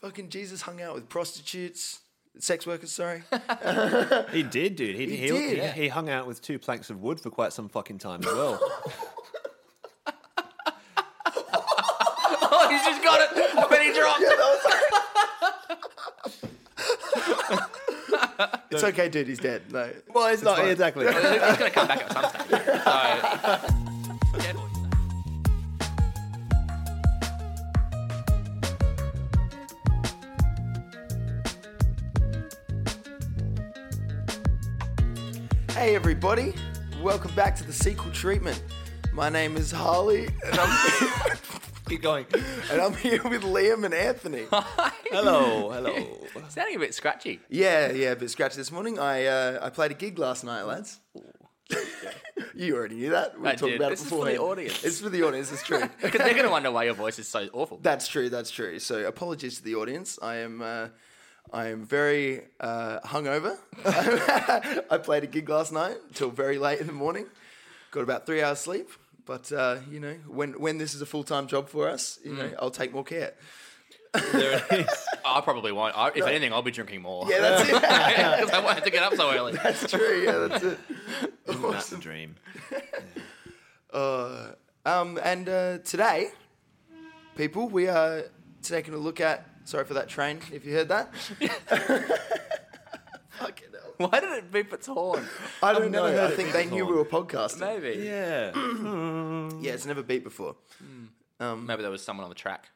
Fucking Jesus hung out with prostitutes, sex workers. Sorry. He did, dude. He, he, he, did. he, hung out with two planks of wood for quite some fucking time as well. Oh, you just got it. I bet he dropped it. it's okay, dude. He's dead. No. well, it's, not exactly. He's gonna come back at some stage. So, yeah, boys. Hey, everybody. Welcome back to the sequel treatment. My name is Harley, and I'm, Keep going. and I'm here with Liam and Anthony. Oh, Hello, hello. Sounding a bit scratchy. Yeah, yeah, a bit scratchy this morning. I uh, I played a gig last night, lads. you already knew that. We I talked did. about This it is for the before. audience. It's for the audience. It's true. Because they're gonna wonder why your voice is so awful. That's true. That's true. So apologies to the audience. I am. Uh, I am very uh, hungover. I played a gig last night till very late in the morning. Got about three hours sleep, but uh, you know, when when this is a full time job for us, you know, I'll take more care. There it is. I probably won't. I, if anything, I'll be drinking more. Yeah, that's it. Because I won't have to get up so early. that's true. Yeah, that's it. That's the dream. Um, and uh, today, people, we are taking a look at. Sorry for that train. If you heard that, fucking hell. Why did it beep its horn? I don't know. never heard I it think they knew we before. were podcasting. Maybe. Yeah. Yeah, it's never beat before. Maybe there was someone on the track.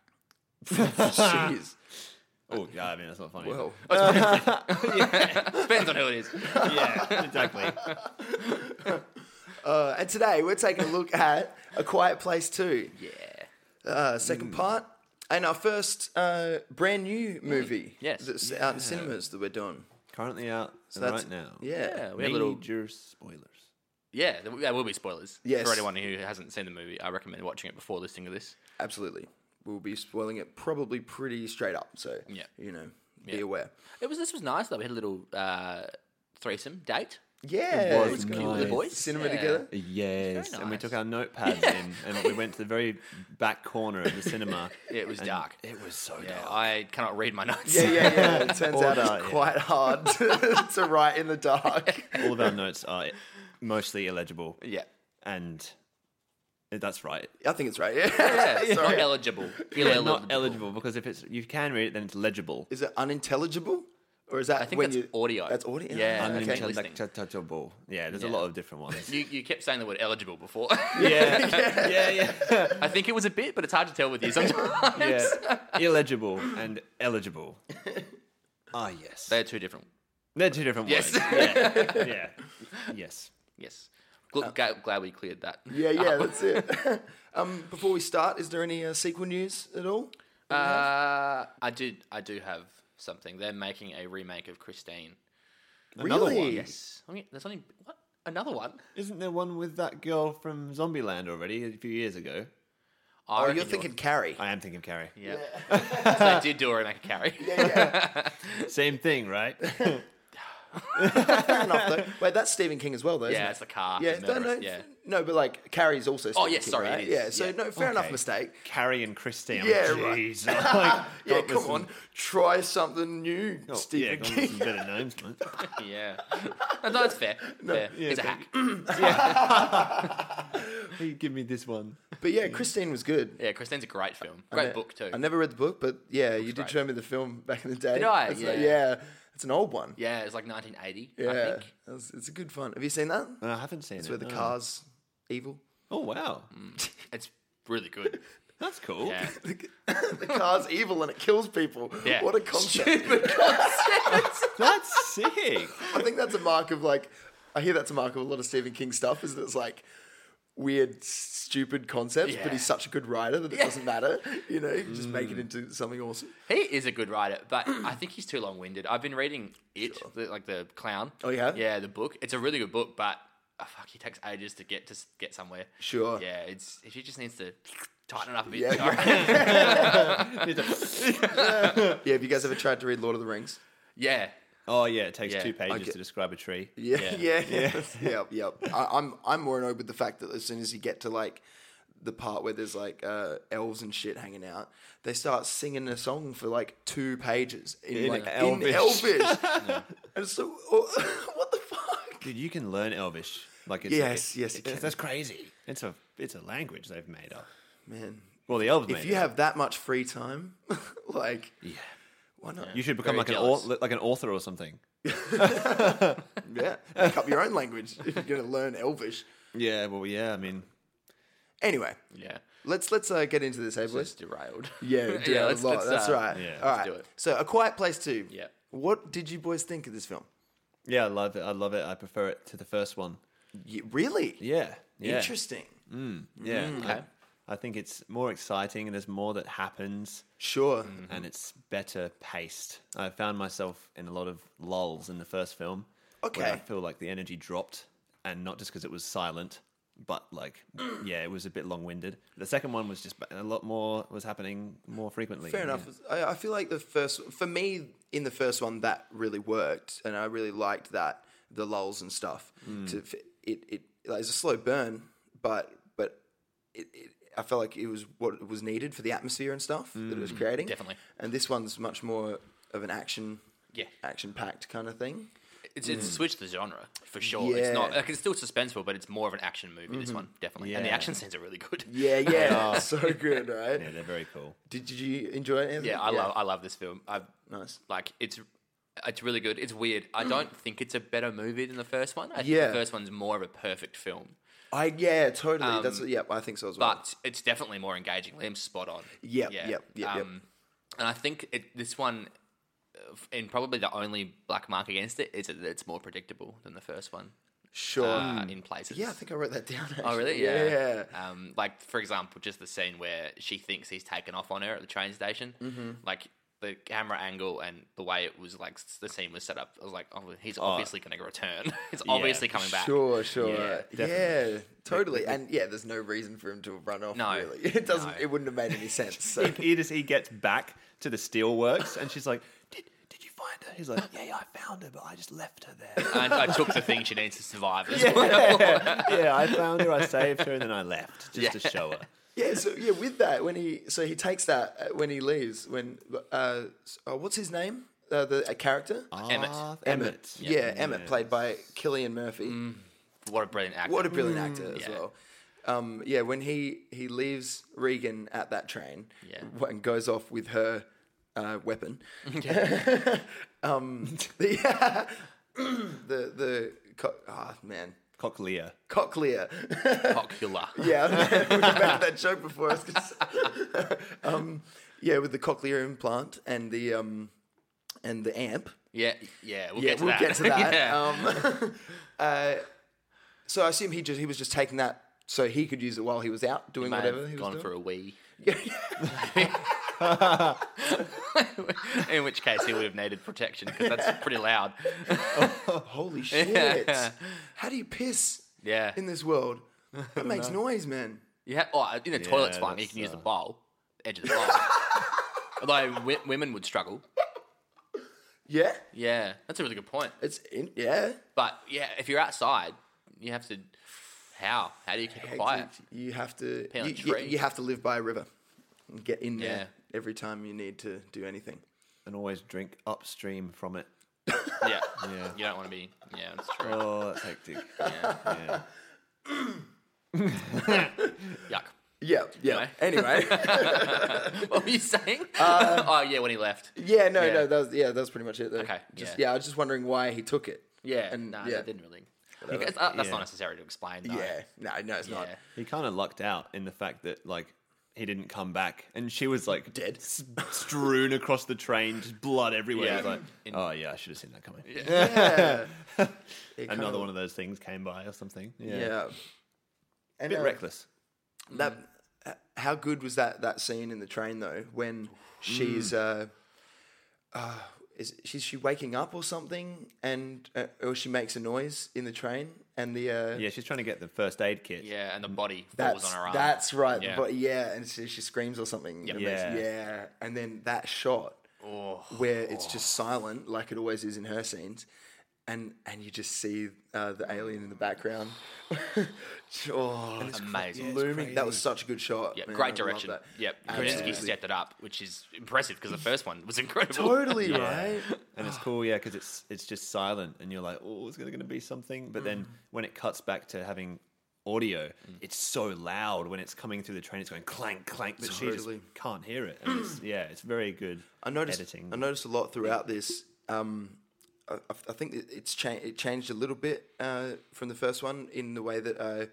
Jeez. Oh, yeah, I mean, that's not funny. Well, Depends on who it is. yeah, exactly. uh, and today we're taking a look at A Quiet Place 2, Yeah. uh, second part, and our first uh, brand new movie Yes. that's out in cinemas that we're doing. Currently out that's- right now. Yeah. Yeah, we had a little. Major spoilers. Yeah, there- there will be spoilers. Yes. For anyone who hasn't seen the movie, I recommend watching it before listening to this. absolutely. We'll be spoiling it probably pretty straight up, so, Yeah. you know, be aware. It was. This was nice though. We had a little uh, threesome date. Yeah, was good. nice. With the boys. Cinema Yeah. together. Yes, and we nice. took our notepads in, and we went to the very back corner of the cinema. It was and dark. It was so Yeah, dark. I cannot read my notes. Yeah, yeah, yeah. It turns Or out it's not, yeah. quite hard to, to write in the dark. All of our notes are mostly illegible, yeah. and that's right. I think it's right. Yeah. It's Sorry. not eligible. They're Illegible. not eligible because if it's you can read it, then it's legible. Is it unintelligible? Or is that I think when that's you, audio. That's audio. Yeah, okay. unintelligible. Unintellectual- listening. touchable. Yeah, there's a Yeah. lot of different ones. You, you kept saying the word eligible before. yeah, yeah, yeah, I think it was a bit, but it's hard to tell with you sometimes. yeah. Illegible and eligible. Ah, yes. They're two different. They're two different Yes. words. Yeah, yeah, yes. Yes. Gl- ga- glad we cleared that. Uh, Yeah, yeah, that's it. um, before we start, is there any uh, sequel news at all? Uh, I did. I do have something. They're making a remake of Christine. Another really? one. Yes. I mean, there's only what another one. Isn't there one with that girl from Zombieland already a few years ago? I Oh, reckon you're you're- thinking Carrie. I am thinking of Carrie. Yeah. So they did do a remake of Carrie. Same thing, right? Fair enough, though. Wait, that's Stephen King as well, though. Yeah, isn't it? it's the car, Yeah, the no, no, murderess, yeah. no, but like Carrie's also. Stephen yes, King, sorry, it right? is. Yeah, so Yeah. no, fair enough Okay. mistake. Carrie and Christine. I'm Yeah, like, right. "Jeez," I'm like, Yeah, "God, come listen." on, try something new, Oh, yeah, Stephen God, King. listen, better names, mate. yeah. No, that's fair. fair. yeah, it's a but- hack. Hey, give me this one. But yeah, Christine was good. Yeah, Christine's a great film. Great book too. I never read the book, but yeah, you did great. show me the film back in the day. Did I? It's like- Yeah. yeah, it's an old one. Yeah, it's like 1980. Yeah, I think. That was- it's a good fun. Have you seen that? No, I haven't seen It's it. where the no. car's evil. Oh wow, Mm. It's really good. that's cool. Yeah. the car's evil and it kills people. Yeah. What a concept. That's sick. I think that's a mark of like, I hear that's a mark of a lot of Stephen King stuff is that it's like weird, stupid concepts, but Yeah. Mm. he's such a good writer that it doesn't matter. You know, you can just make it into something awesome. He is a good writer, but I think he's too long winded. I've been reading it, the, like the clown. Oh, you have? Yeah, the book. It's a really good book, but oh, fuck, he takes ages to get to s- get somewhere. Sure. Yeah, it's he just needs to tighten it up a bit. Yeah. All right. Yeah, have you guys ever tried to read Lord of the Rings? yeah. oh yeah, it takes Yeah, two pages get- to describe a tree. Yeah, yeah, yeah. yep, yep. I, I'm I'm more annoyed with the fact that as soon as you get to like the part where there's like uh, elves and shit hanging out, they start singing a song for like two pages in, In like Elvish. in Elvish. and so, oh, what the fuck? Dude, you can learn Elvish. Like it's Yes, yes, you it's- can. that's crazy. It's a it's a language they've made up. Man, Well, the elves made if you it. have that much free time, like, yeah. why not? You should become Very like an jealous. au- like an author or something. Yeah, make up your own language if you're going to learn Elvish. Yeah, well, yeah. I mean, Anyway, Yeah. let's let's uh, get into this, hey boys. It's derailed. Yeah, we do have a let's- lot. let's, That's uh, right. yeah. All let's right. do it. So, A Quiet Place Two. Yeah. What did you boys think of this film? yeah, I love it. I love it. I prefer it to the first one. Y really? Yeah, yeah, Interesting. Mm, yeah. I, I think it's more exciting and there's more that happens Sure. and it's better paced. I found myself in a lot of lulls in the first film. Okay. where I feel like the energy dropped, and not just because it was silent, but like, yeah, it was a bit long winded. The second one was just a lot more was happening more frequently. Fair Yeah. enough. I, I feel like the first, for me, in the first one, that really worked, and I really liked that the lulls and stuff. To f it, it, like, it was a slow burn, but but it, it, I felt like it was what was needed for the atmosphere and stuff that it was creating. definitely. And this one's much more of an action, Yeah. action packed kind of thing. It's, it's switched the genre for sure. It's not Yeah. like it's still suspenseful, but it's more of an action movie. This one definitely, and the Yeah. action scenes are really good. Yeah, yeah, uh, so good, right? Yeah, they're very cool. Did, did you enjoy it? Anthony? Yeah, I love I love this film. I Nice. like it's it's really good. It's weird. I don't think it's a better movie than the first one. I think Mm. Yeah. the first one's more of a perfect film, I yeah, totally. That's what, yeah, I think so as well. Um, but it's definitely more engaging. Liam's spot on. Yep, yep, yep, um, yep. And I think it, this one, uh, and probably the only black mark against it is that it's more predictable than the first one sure. Mm, uh, in places. yeah, I think I wrote that down. Actually. Oh, really? Yeah. Yeah. Um, like, for example, just the scene where she thinks he's taken off on her at the train station. Mm-hmm. Like, the camera angle and the way it was, like, s- the scene was set up. I was like, oh, he's obviously going to return. He's obviously coming back. Sure, sure. Yeah, Yeah, totally. And yeah, there's no reason for him to have run off. No, really, it doesn't. no. It wouldn't have made any sense. So. He just he E gets back to the steelworks, and she's like, "Did did you find her?" He's like, "Yeah, yeah, I found her, but I just left her there." And I took the thing she needs to survive as well. yeah, yeah, I found her, I saved her, and then I left just to Yeah. show her. yeah, so yeah, with that, when he so he takes that uh, when he leaves. When uh, s- oh, what's his name? Uh, the a character. Emmett. Ah, Yeah, Emmett, played by Killian Murphy. What a brilliant actor. What a brilliant actor as Mm, yeah. well. Um, yeah, when he he leaves Regan at that train Yeah. w- and goes off with her uh, weapon. um, the, the the co- ah man Cochlea. cochlear. popular. yeah, we made that joke before. I was gonna say. um, yeah, with the cochlear implant and the um, and the amp. Yeah, yeah, we'll Yeah, get to we'll that. get to that. yeah. um, uh, so I assume he just he was just taking that so he could use it while he was out doing May have whatever he was gone doing. for a wee. Yeah, In which case, he would have needed protection because that's pretty loud. Oh, Holy shit! How do you piss Yeah. in this world? That makes noise, man. Yeah, oh, in the toilet's Yeah, fine. You that's, can use the uh, bowl, edge of the bowl. Although w- women would struggle. Yeah, Yeah, that's a really good point. it's in, yeah. But yeah, if you're outside, you have to. How? How do you keep it quiet? Hectic. You have to Peel a you, you, tree. you have to live by a river and get in there Yeah. every time you need to do anything. And always drink upstream from it. Yeah, Yeah. you don't want to be. Yeah, that's true. Oh, that's hectic. Yeah. Yeah. Yuck. Yeah, yeah. Anyway, What were you saying? oh yeah, when he left. Um, yeah, no, Yeah. no, that was yeah, that was pretty much it. Though. Okay, just, yeah. yeah. I was just wondering why he took it. Yeah, and no, yeah, that didn't really. Because, uh, that's not necessary to explain. Though. yeah, no, no, it's not. Yeah. He kind of lucked out in the fact that like he didn't come back, and she was like Dead. s- strewn across the train, just blood everywhere. Yeah. He was like, In- oh yeah, I should have seen that coming. Yeah. Another one of those things came by or something. Yeah, Yeah. a And, bit uh, reckless. That, uh, how good was that that scene in the train though when she's uh, Mm. uh, is she's she waking up or something and uh, or she makes a noise in the train and the uh, Yeah, she's trying to get the first aid kit. Yeah, and the body falls that's on her arm. that's right Yeah. but yeah and she, she screams or something and it makes- Yeah. yeah and then that shot Oh. where it's just silent like it always is in her scenes and and you just see uh, the alien in the background. oh, it's Amazing. yeah, it's looming. That was crazy. such a good shot. Yeah, man. I great love direction. that. Yep, Absolutely. Krasinski stepped it up, which is impressive because the first one was incredible. Totally Yeah. right. and it's cool, yeah, because it's it's just silent, and you're like, oh, is there going to be something? But Mm-hmm. then when it cuts back to having audio, Mm. it's so loud when it's coming through the train. It's going clank, clank, but she Totally. just can't hear it. And it's, yeah, it's very good. I noticed. editing. I noticed a lot throughout this. Um, I, I- I think it- it's cha- it changed a little bit uh, from the first one in the way that uh,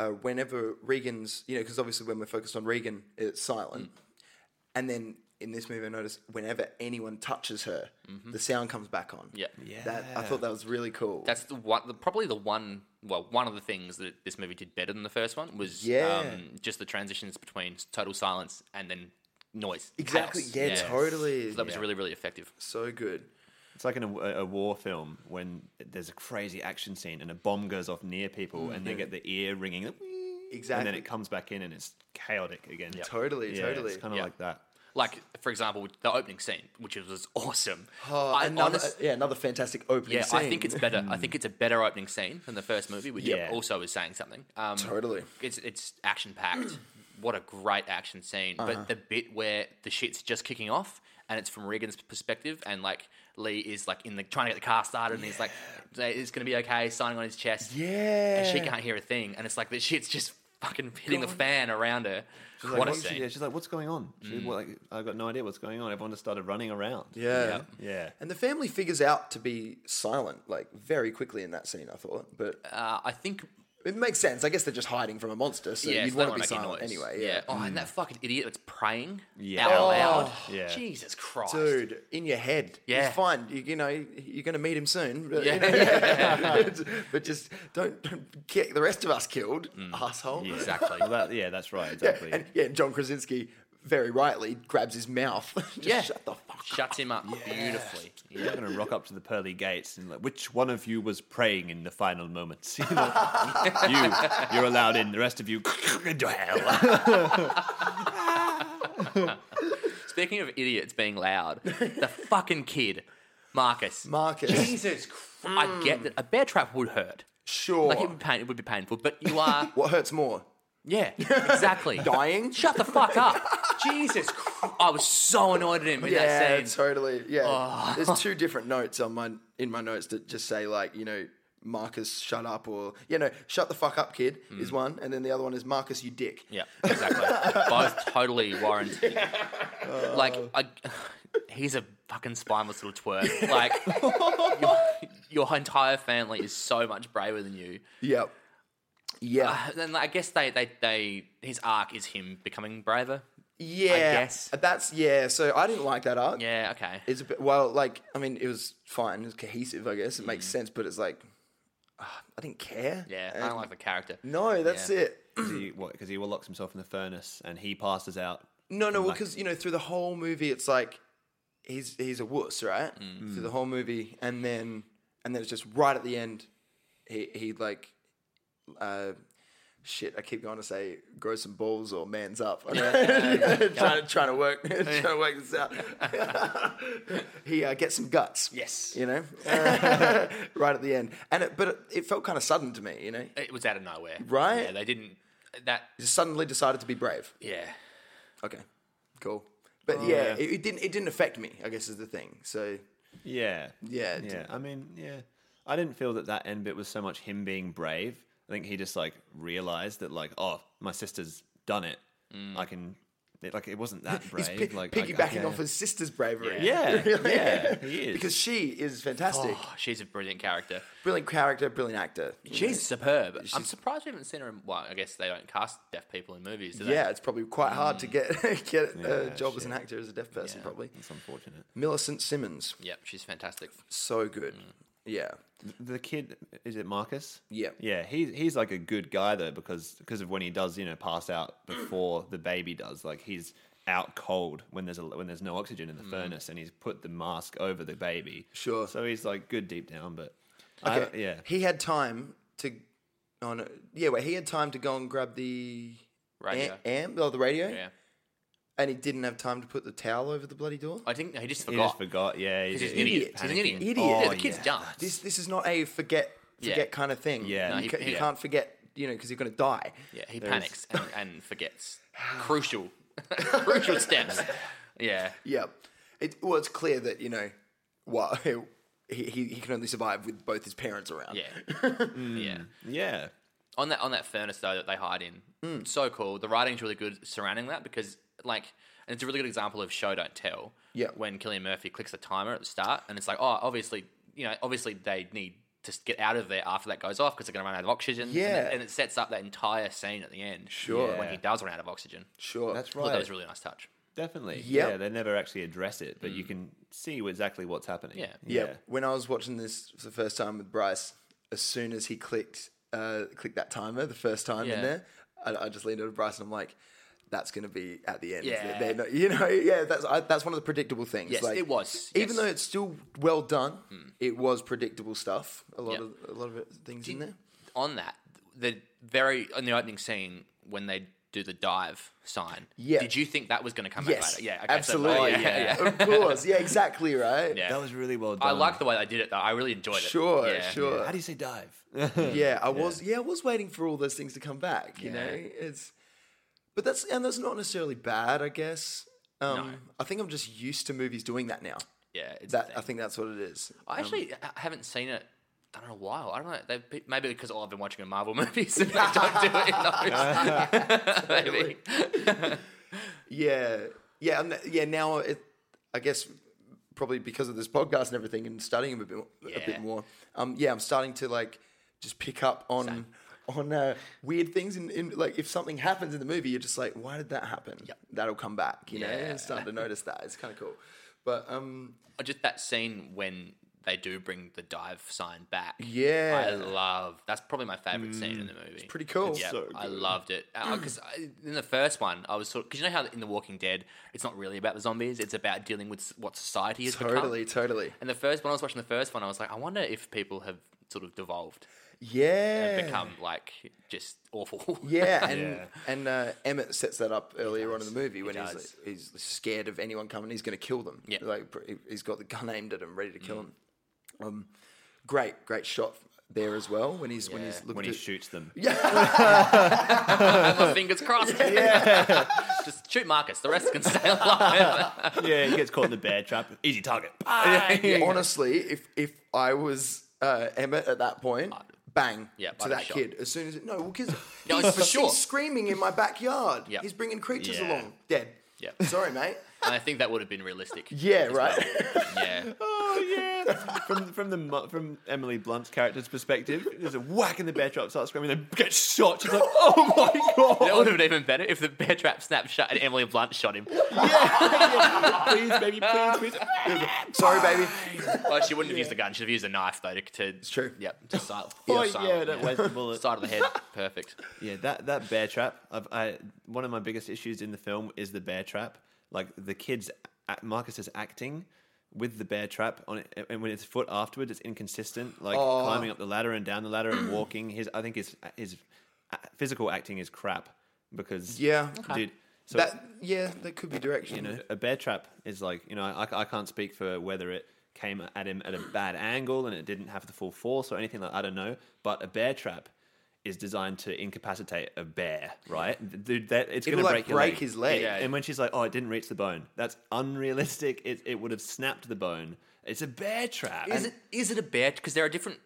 uh, whenever Regan's, you know, because obviously when we're focused on Regan, it's silent, Mm. and then in this movie, I noticed whenever anyone touches her, the sound comes back on. Mm-hmm. Yeah. that I thought that was really cool. That's the one, the, probably the one. Well, one of the things that this movie did better than the first one was Yeah. um, just the transitions between total silence and then noise. exactly. chaos. Yeah, totally. So that was Yeah. really, really effective. so good. It's like in a, a war film when there's a crazy action scene and a bomb goes off near people, and they get the ear ringing, like, and Mm-hmm. Exactly. then it comes back in and it's chaotic again. Totally, Yeah, totally. It's kind of Yeah. like that. Like, for example, the opening scene, which was awesome. Oh, I another, honest- yeah, another fantastic opening. yeah, I think scene. it's better. I think it's a better opening scene than the first movie, which Hmm. Yeah. also is saying something. Um, Totally. It's it's action packed. what a great action scene! Uh-huh. But the bit where the shit's just kicking off and it's from Regan's perspective, and like Lee is like in the trying to get the car started, and he's like, "It's gonna be okay," signing on his chest. yeah, and she can't hear a thing, and it's like the shit's just fucking hitting the fan around her. She's what like, a "What's- scene! Yeah, she's like, "What's going on?" She, Mm. well, like, I've got no idea what's going on. Everyone just started running around. Yeah. Yeah. yeah. And the family figures out to be silent, like very quickly in that scene, I thought. But Uh, I think it makes sense. I guess they're just hiding from a monster, so yeah, you'd so want they to be don't make any silent noise. anyway. Yeah. Mm. Oh, and that fucking idiot that's praying Yeah. out Oh. loud. Yeah. Jesus Christ. Dude, in your head. Yeah. It's fine. You, you know, you're going to meet him soon. But, Yeah. but just don't, don't get the rest of us killed, Mm. asshole. Yeah. Exactly. Well, that, yeah, that's right. Yeah, Exactly. and yeah, John Krasinski very rightly grabs his mouth. just Yeah. shut the fuck up. Shuts him up beautifully. You're not going to rock up to the pearly gates and like, which one of you was praying in the final moments? You, know? you, you're allowed in. The rest of you, into hell. Speaking of idiots being loud, the fucking kid, Marcus. Marcus, Hmm. Jesus Christ. I get that a bear trap would hurt. sure. Like it would, pain, it would be painful, but you are. what hurts more? Yeah, exactly. Dying? Shut the fuck up. Jesus Christ. I was so annoyed at him in Yeah, that scene. Oh. totally. Yeah, there's two different notes on my in my notes that just say like you know Marcus, shut up, or you know shut the fuck up, kid is one, and then the other one is Marcus, you dick. Hmm. Yeah, exactly. Both totally warranted. Like, I, he's a fucking spineless little twerp. Like, your, your entire family is so much braver than you. Yep. Yeah. Uh, then I guess they, they, they his arc is him becoming braver. yeah. Uh, guess. That's yeah. So I didn't like that arc. Yeah, okay. It's a bit, well, like I mean, it was fine. It was cohesive, I guess. It makes sense, but it's like ah, I didn't care. Hmm. yeah, I And- don't like the character. No, that's Yeah. it. Because he, what, 'cause he all locks himself in the furnace and he passes out. No, no, like- because you know through the whole movie it's like he's he's a wuss, right? Through the whole movie, and then and then it's just right at the end, he he like, uh, shit. I keep going to say grow some balls or man's up. I don't know. trying to trying to work trying to work this out. he uh, gets some guts. Yes. you know, Uh, right at the end, and it, but it, it felt kind of sudden to me. You know, It was out of nowhere. Right? Yeah, they didn't. That, he suddenly decided to be brave. yeah. Okay, cool. But yeah, Oh, yeah. It, it didn't it didn't affect me. I guess is the thing. So Yeah. Yeah, it Yeah. I mean, yeah. I didn't feel that that end bit was so much him being brave. I think he just like realized that like, oh, my sister's done it. I can. It, like it wasn't that brave. he's pi- like I- I piggybacking can- off his sister's bravery. Yeah, Really. yeah, he is. because she is fantastic, Oh, she's a brilliant character. brilliant character, brilliant actor. you She's superb. I'm she's- surprised we haven't seen her in. Well, I guess they don't cast deaf people in movies, do know. they? Yeah, it's probably quite hard to get get a Yeah, job as an shit. actor as a deaf person. Yeah. Probably It's unfortunate. Millicent Simmons, Yep, she's fantastic. so good. Mm. Yeah, The kid is it Marcus? Yeah. yeah. He's he's like a good guy though because because of when he does you know pass out before the baby does. Like he's out cold when there's a, when there's no oxygen in the Mm. furnace and he's put the mask over the baby. Sure. So he's like good deep down, but I, okay. yeah. he had time to. Oh no, yeah, wait. He had time to go and grab the Radio. am, am oh the radio Yeah. and he didn't have time to put the towel over the bloody door. I think no, he just He forgot. just forgot. Yeah, he's, He's just an idiot. panicking. He's an idiot. Idiot. Yeah, Oh, the kid's yeah, dumb. This this is not a forget Yeah. forget kind of thing. Yeah. No, you, he- ca- you yeah. can't forget. You know, because you're gonna die. Yeah, he There panics and, and forgets. Crucial. Crucial steps. Yeah. Yeah. It, well, it's clear that you know, well, he, he he can only survive with both his parents around. Yeah. Yeah. Yeah, On that on that furnace though that they hide in. Hmm. So cool. The writing's really good surrounding that because like and it's a really good example of show don't tell. Yeah. When Killian Murphy clicks the timer at the start and it's like, oh obviously you know, obviously they need to get out of there after that goes off because they're going to run out of oxygen. And it- Yeah. And it, sets up that entire scene at the end. Sure. When he does run out of oxygen. Sure. that's I thought right. that was a really nice touch. Definitely. Yep. Yeah, they never actually address it, but you can see exactly what's happening. Mm. Yeah. Yeah. When I was watching this for the first time with Bryce, as soon as he clicked uh, clicked that timer the first time Yeah. in there, I, I just leaned over to Bryce and I'm like, "That's going to be at the end." Yeah. They're not- you know, yeah. That's I, that's one of the predictable things. Yes, like, it was. Even Yes. Hmm. though it's still well done, it was predictable stuff. A lot Yeah. of a lot of it, things in there. on that, the very on the opening scene when they do the dive sign. Yeah. Did you think that was going to come Yes. out later? Yeah. okay, so- absolutely. oh, yeah. yeah. of course. Yeah. Exactly. Right. Yeah. That was really well done. I like the way they did it though. I really enjoyed it. Sure. Yeah. Sure. How do you say dive? yeah, I was. Yeah, I was waiting for all those things to come back. You Yeah. know, it's. But that's and that's not necessarily bad, I guess. Um, I think I'm just used to movies doing that now. Yeah. It's That that, I think that's what it is. I actually I haven't seen it done in a while. I don't know. They, maybe because all I've been watching are Marvel movies and they don't do it in those. maybe. Yeah, yeah, and th- yeah. Now it, I guess, probably because of this podcast and everything, and studying a bit, mo- a Yeah. bit more. Um, yeah, I'm starting to like just pick up on. On uh, weird things, in, in like if something happens in the movie, you're just like, why did that happen? That'll come back, you know. Yeah. And starting to notice that it's kind of cool, but um, Or Oh, just that scene when they do bring the dive sign back. Yeah. I love. That's probably my favorite scene in the movie. pretty cool. Yeah, so I good. loved it Uh, because in the first one, I was sort because you know how in The Walking Dead, it's not really about the zombies; it's about dealing with s- what society has Totally, become. totally. And the first when I was watching the first one, I was like, I wonder if people have sort of devolved Yeah. and become like just awful. Yeah, and Yeah. and uh, Emmett sets that up earlier on in the movie when he's does. like, he's scared of anyone coming, he's going to kill them. Yeah. Mm. like pr- he's got the gun aimed at him, ready to kill him. Um, great, great shot there as well when he's when he's Yeah. looking when he at, shoots them. I have my fingers crossed. Yeah. just shoot Marcus. The rest can stay alive. yeah, he gets caught in the bear trap. Easy target. Yeah, honestly, if if I was uh, Emmett at that point, bang Yeah, to body that shot. kid as soon as it, no, because No, he's, for sure. he's screaming in my backyard. Yeah. he's bringing creatures Yeah. along, dead. Yeah. sorry, mate. And I think that would have been realistic. Yeah, as right. well. Yeah. Oh yeah. from from the mu- from Emily Blunt's character's perspective, there's a whack in the bear trap, starts screaming, then gets shot. She's like, oh my god. That would have been even better if the bear trap snapped shut and Emily Blunt shot him. please, baby, please, please. There's a- sorry, baby. Well, she wouldn't have used the gun. She'd have used a knife though to. to it's true. Yep. To sil- Oh, yeah, yeah, silent, don't yeah. waste the bullet. Side of the head. Perfect. Yeah, that that bear trap. I've, I one of my biggest issues in the film is the bear trap. Like the kids, a- Marcus is acting with the bear trap on it, and when it's foot afterwards, it's inconsistent. Like Oh. climbing up the ladder and down the ladder and walking. His, I think his his uh, physical acting is crap because Yeah. dude. So it's- That yeah, that could be direction. you know, a bear trap is like you know I, I can't speak for whether it came at him at a bad angle and it didn't have the full force or anything like I don't know but a bear trap is designed to incapacitate a bear right dude that it's It'll gonna like break, your break his leg. Yeah. Yeah. and when she's like oh it didn't reach the bone that's unrealistic it, it would have snapped the bone it's a bear trap Is it is it a bear? Because there are different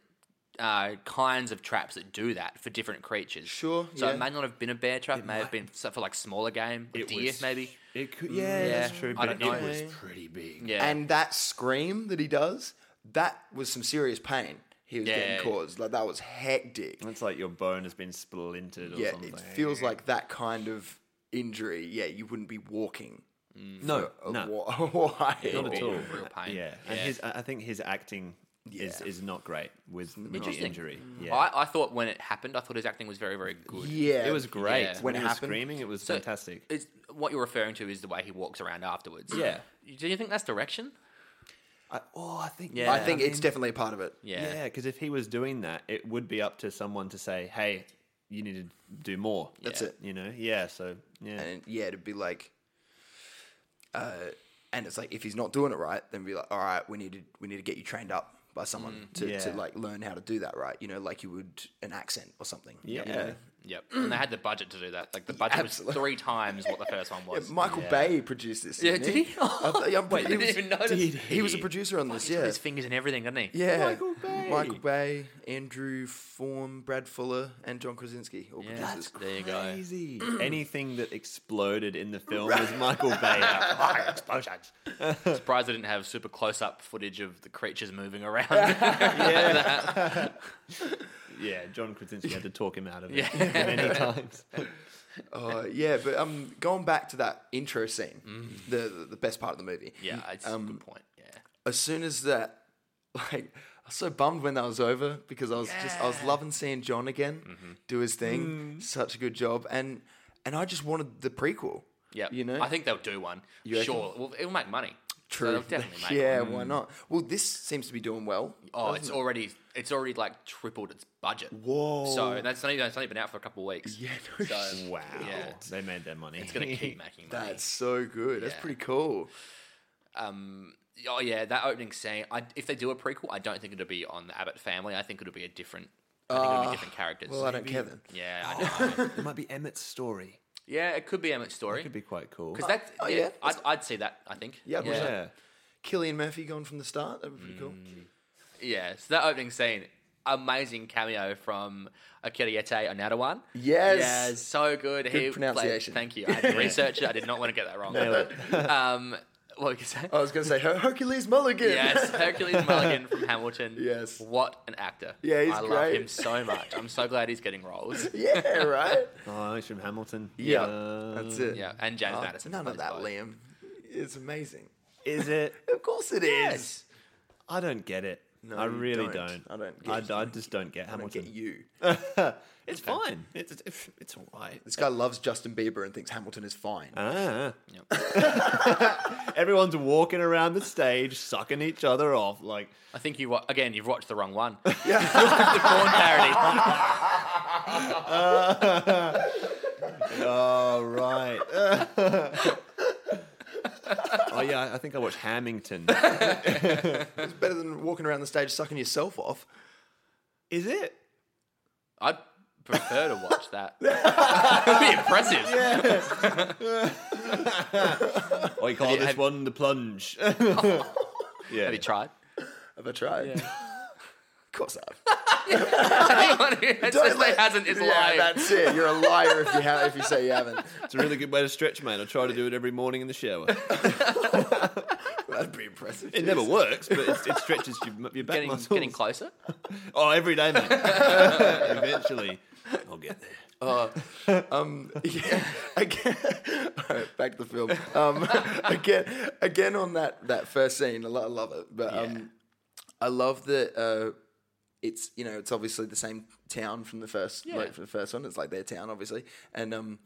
uh, kinds of traps that do that for different creatures. Sure, So yeah. it may not have been a bear trap. It may have been so- for like smaller game, a It deer was- maybe. it could yeah, that's yeah. true I but don't it know. was pretty big Yeah. And that scream that he does, that was some serious pain he was Yeah. getting caused. Like that was hectic. it's like your bone has been splintered or Yeah, something it feels like that kind of injury. Yeah, you wouldn't be walking. no a no wh- a while. Mm. not Or at all. real pain. Uh, Yeah, and his, I I think his acting is Yeah. is not great with, with the Interesting. Mm. injury. Yeah, I, I thought when it happened, I thought his acting was very very good. Yeah, it was great Yeah. When when, it he was happened- screaming. It was So- fantastic. It's, what you're referring to is the way he walks around afterwards. Yeah. Do you think that's direction? I, oh, I think Yeah. I think mean, it's definitely a part of it. yeah because if he was doing that, it would be up to someone to say, "Hey, you need to do more." That's Yeah. it. You know, yeah. So yeah, And yeah, it'd be like uh, and it's like if he's not doing it right, then be like, all right, we need to we need to get you trained up by Mm. someone to, to Yeah. like learn how to do that right. You know, like you would an accent or something. Yeah. you know? Yep. And they had the budget to do that. Like the budget absolutely. was three times what the first one was. Michael Bay produced this. Yeah, didn't did he? I th- yeah, I'm Wait, pretty- didn't he, even was, notice. Did he was a producer on this. He's got Yeah, his fingers in everything, doesn't he? yeah. Michael Bay. Michael Bay, Andrew Form, Brad Fuller, and John Krasinski. All Yeah, producers. there you go. Crazy. Anything that exploded in the film was Michael Bay. Like, "Oh, explosions. Surprised they didn't have super close up footage of the creatures moving around. yeah. Yeah, John Krasinski had to talk him out of it Yeah. many times. Uh, yeah, but um, going back to that intro scene, Mm. the, the the best part of the movie. it's Um, a good point. Yeah. As soon as that, like, I was so bummed when that was over because I was just I was loving seeing John again Mm-hmm. do his Mm. thing. Such a good job, and and I just wanted the prequel. Yeah. you know. I think they'll do one. reckon? sure. Well, it'll make money. So True. they'll definitely make yeah, one. why not? Well, this seems to be doing well. Oh, it's already it's already like tripled its budget. Whoa. So that's not even that's not even out for a couple of weeks. yeah, no So shit. Wow. Yeah, it's- They made their money. it's gonna keep making money. that's so good. That's Yeah. pretty cool. Um, oh yeah, that opening scene. I, if they do a prequel, I don't think it'll be on the Abbott family. I think it'll be a different. I think it'll be different characters. Ah, Well, I don't care then. Yeah, I know. it might be Emmett's story. yeah, it could be Emmett's story. Could be quite cool. Because that, oh, yeah, yeah, I'd, I'd see that. I think. Yeah, I'd watch yeah. that. Yeah. Killian Murphy gone from the start. That'd be pretty cool. Mm. Yeah, So that opening scene, amazing cameo from Akira Yete Onadawan. Yes. yeah, so good. Good pronunciation. thank you. I had to research it. I did not want to get that wrong. Uh, um, what were you saying? I was gonna say Her- Hercules Mulligan. Yes, Hercules Mulligan from Hamilton. Yes. What an actor. Yeah, he's I love great. him so much. I'm so glad he's getting roles. yeah, right. Oh, he's from Hamilton. Yeah, Uh, that's it. Yeah, and James Oh, Madison. none of plays that, both. Liam. It's amazing. Is it? Of course it is. I don't get it. No, I you really don't. don't. I don't I, get- I just don't get I don't Hamilton. get you. it's fine. It's it's, it's all right. This guy loves Justin Bieber and thinks Hamilton is fine. Ah. Everyone's walking around the stage, sucking each other off. Like, I think you wa- again. You've watched the wrong one. Yeah, the porn parody. oh right. oh yeah, I think I watched Hamilton. It's better than walking around the stage sucking yourself off. Is it? I'd prefer to watch that. It'd be impressive. Oh, you Oh. call you- this have- one the plunge. yeah. Have you tried? Have I tried? of course I've. Anyone who says they hasn't is yeah, lying. that's it. You're a liar if you have, if you say you haven't. It's a really good way to stretch, mate. I try to do it every morning in the shower. That'd be impressive. It never works, but it, it stretches your, your back getting muscles. getting closer. Oh, every day, mate. Eventually, I'll get there. Um, Yeah. Again, all right, back to the film. Um, again, again on that that first scene, I lo- I love it. But um, I love that uh, it's you know it's obviously the same town from the first Yeah. like from the first one. It's like their town, obviously. And um,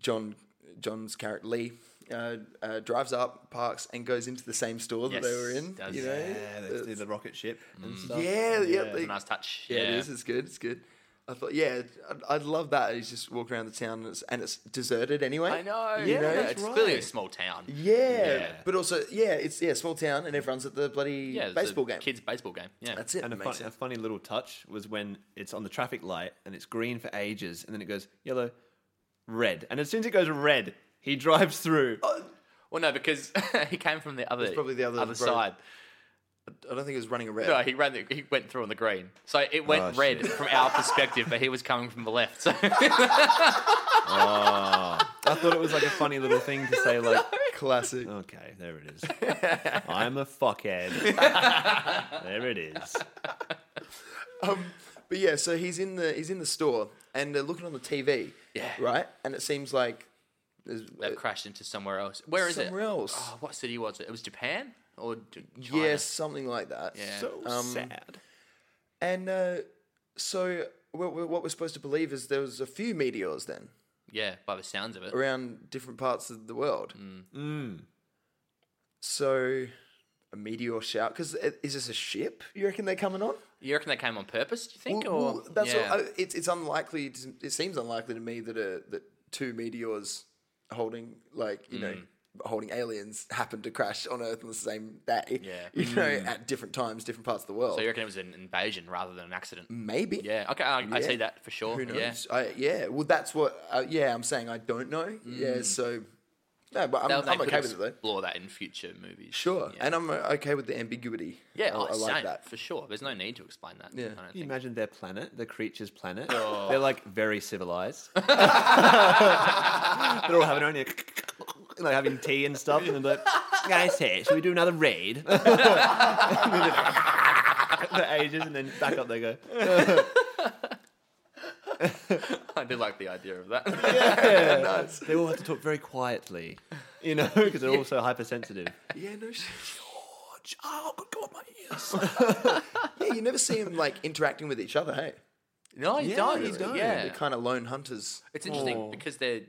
John John's character Lee. Uh, uh, drives up, parks, and goes into the same store that they Yes, were in. does. you know, Yeah, they do the rocket ship. And stuff. yeah, yeah, It's they- a nice touch. yeah, it is. It's good. It's good. I thought, yeah, I'd, I'd love that. He's just walking around the town, and it's, and it's deserted anyway. I know. You Yeah, know? it's clearly a small town. Yeah, Yeah. but also, yeah, it's yeah, small town, and everyone's at the bloody Yeah, it's a baseball game. Kids baseball game. Yeah, That's it. And a, makes fun, a sense. funny little touch was when it's on the traffic light and it's green for ages, and then it goes yellow, red, and as soon as it goes red, he drives through. Well, no, because he came from the other probably the other road. side. I don't think it was running a red. No, he ran. The, he went through on the green, so it went Oh, red from our perspective, but he was coming from the left. So I thought it was like a funny little thing to say, like, Classic. okay, there it is. I'm a fuckhead. there it is. Um, but yeah, so he's in the he's in the store, and they're looking on the TV. Yeah. Right, and it seems like there's that crashed into somewhere else. Where is somewhere it? else. Oh, what city was it? It was Japan or J- China? yes, something like that. Yeah. So Um, sad. And uh, so what, what what we're supposed to believe is there was a few meteors then Yeah, by the sounds of it. around different parts of the world. Mm. So a meteor shout because is this a ship? You reckon they're coming on? You reckon they came on purpose? Do you think? Well, or well, that's yeah. what, I- it's it's unlikely. to- It seems unlikely to me that a, that two meteors holding like you know Mm. holding aliens happened to crash on Earth on the same day. Yeah. You know, at different times, different parts of the world. So you reckon it was an invasion rather than an accident? Maybe. Yeah. Okay, I, I Yeah. see that for sure. Who Yeah. knows? I, yeah. Well, that's what. Uh, yeah, I'm saying I don't know. Yeah. So, no, but I'm, They- they I'm Mm. could okay with it though. Explore that in future movies. Sure. Yeah. And I'm uh, okay with the ambiguity. yeah, I, oh, I like same, that. for sure. There's no need to explain that. Yeah. I don't Can you think. imagine their planet, the creature's planet? They're like very civilized. They're all having only like having tea and stuff, and they're like, "Guys, here, should we do another raid?" for ages, and then back up they go. I do like the idea of that. They all have to talk very quietly, you know, because they're all so hypersensitive. Yeah. No. shit. George, oh good God, my ears! Yeah. You never see them like interacting with each other. Hey. no, you Yeah, don't. you don't. Yeah. They're kind of lone hunters. It's interesting Oh. because they're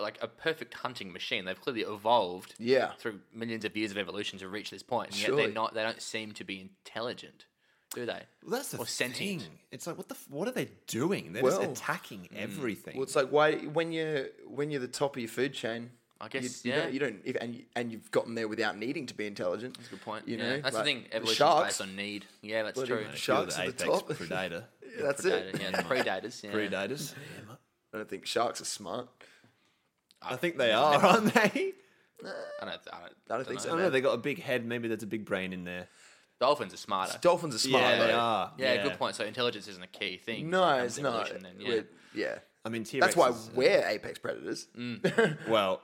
like a perfect hunting machine. They've clearly evolved Yeah. through millions of years of evolution to reach this point, and yet Surely. they're not. They don't seem to be intelligent, do they? Well, that's the Or sentient. thing. It's like what the f- what are they doing? They're Well- mm, just attacking everything. Well, it's like why when you're when you're the top of your food chain. I You, guess. you yeah. don't, you don't if, and you, and you've gotten there without needing to be intelligent. That's Good point. You yeah. know, that's like, the thing. Evolution's sharks- based on need. Yeah, that's Bloody true. hell. If you're Sharks at the apex top. predator, Yeah, that's it. Predator, yeah, the predators. Yeah. predators. I don't think sharks are smart. I think they are, aren't they? I don't. I don't, I don't think I so. don't man. know. They got a big head. Maybe there's a big brain in there. Dolphins are smarter. Dolphins are smart. Yeah, though. they are. Uh, yeah, yeah. good point. So intelligence isn't a key thing. when No, it's it comes to not. evolution Then, yeah. We're- yeah. I mean, T-Rex That's why is- uh, we're apex predators. well,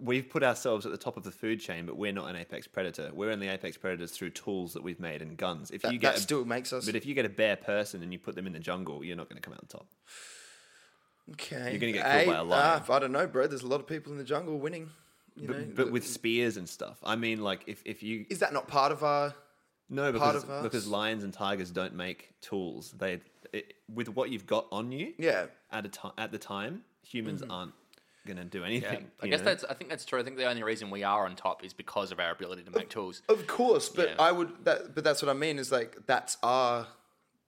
we've put ourselves at the top of the food chain, but we're not an apex predator. We're only apex predators through tools that we've made and guns. If That, you that get, a- still makes us but if you get a bare person and you put them in the jungle, you're not going to come out on top. okay. you're gonna get killed by a Ape- lion. ah, I don't know, bro. There's a lot of people in the jungle winning. You know, But, but with spears and stuff, I mean, like if if you is that not part of our? No, part because, of us? because lions and tigers don't make tools. They it, with what you've got on you. Yeah. At a ti at the time, humans Mm-hmm. aren't gonna do anything. Yeah. I you guess know? that's. I think that's true. I think the only reason we are on top is because of our ability to make tools. Of course, but Yeah. I would. That, but that's what I mean. Is like that's our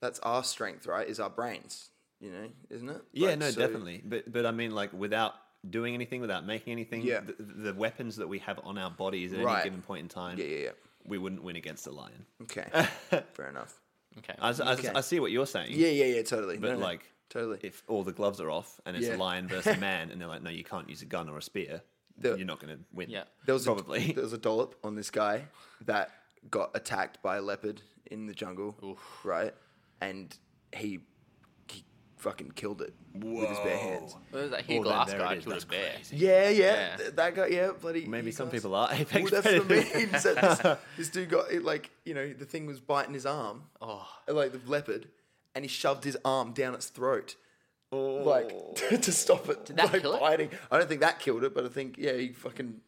that's our strength, right? Is our brains. You know, isn't it? yeah, Like, no, so- definitely. But but I mean, like without doing anything, without making anything, Yeah. the, the weapons that we have on our bodies at Right. any given point in time, Yeah, yeah, yeah. we wouldn't win against a lion. Okay, fair enough. Okay. uh, I, s- I s- I see what you're saying. Yeah, yeah, yeah, totally. But No, no, like, totally. if all the gloves are off and it's Yeah. a lion versus a man, and they're like, no, you can't use a gun or a spear, The- you're not gonna win. Yeah. There was probably. a, there was a dollop on this guy that got attacked by a leopard in the jungle, right? And he he fucking killed it with his bare hands. What was that Hugh Oh, then Glass there guy it is. killed That's a bear? crazy. Yeah, yeah, Yeah. th- that guy, yeah, bloody. Maybe he some got- people are apex Well, that's what I predators. mean. So this, this dude got it like you know the thing was biting his arm, Oh. like the leopard, and he shoved his arm down its throat. Like to, stop it that like, kill it? biting. I don't think that killed it, but I think yeah, he fucking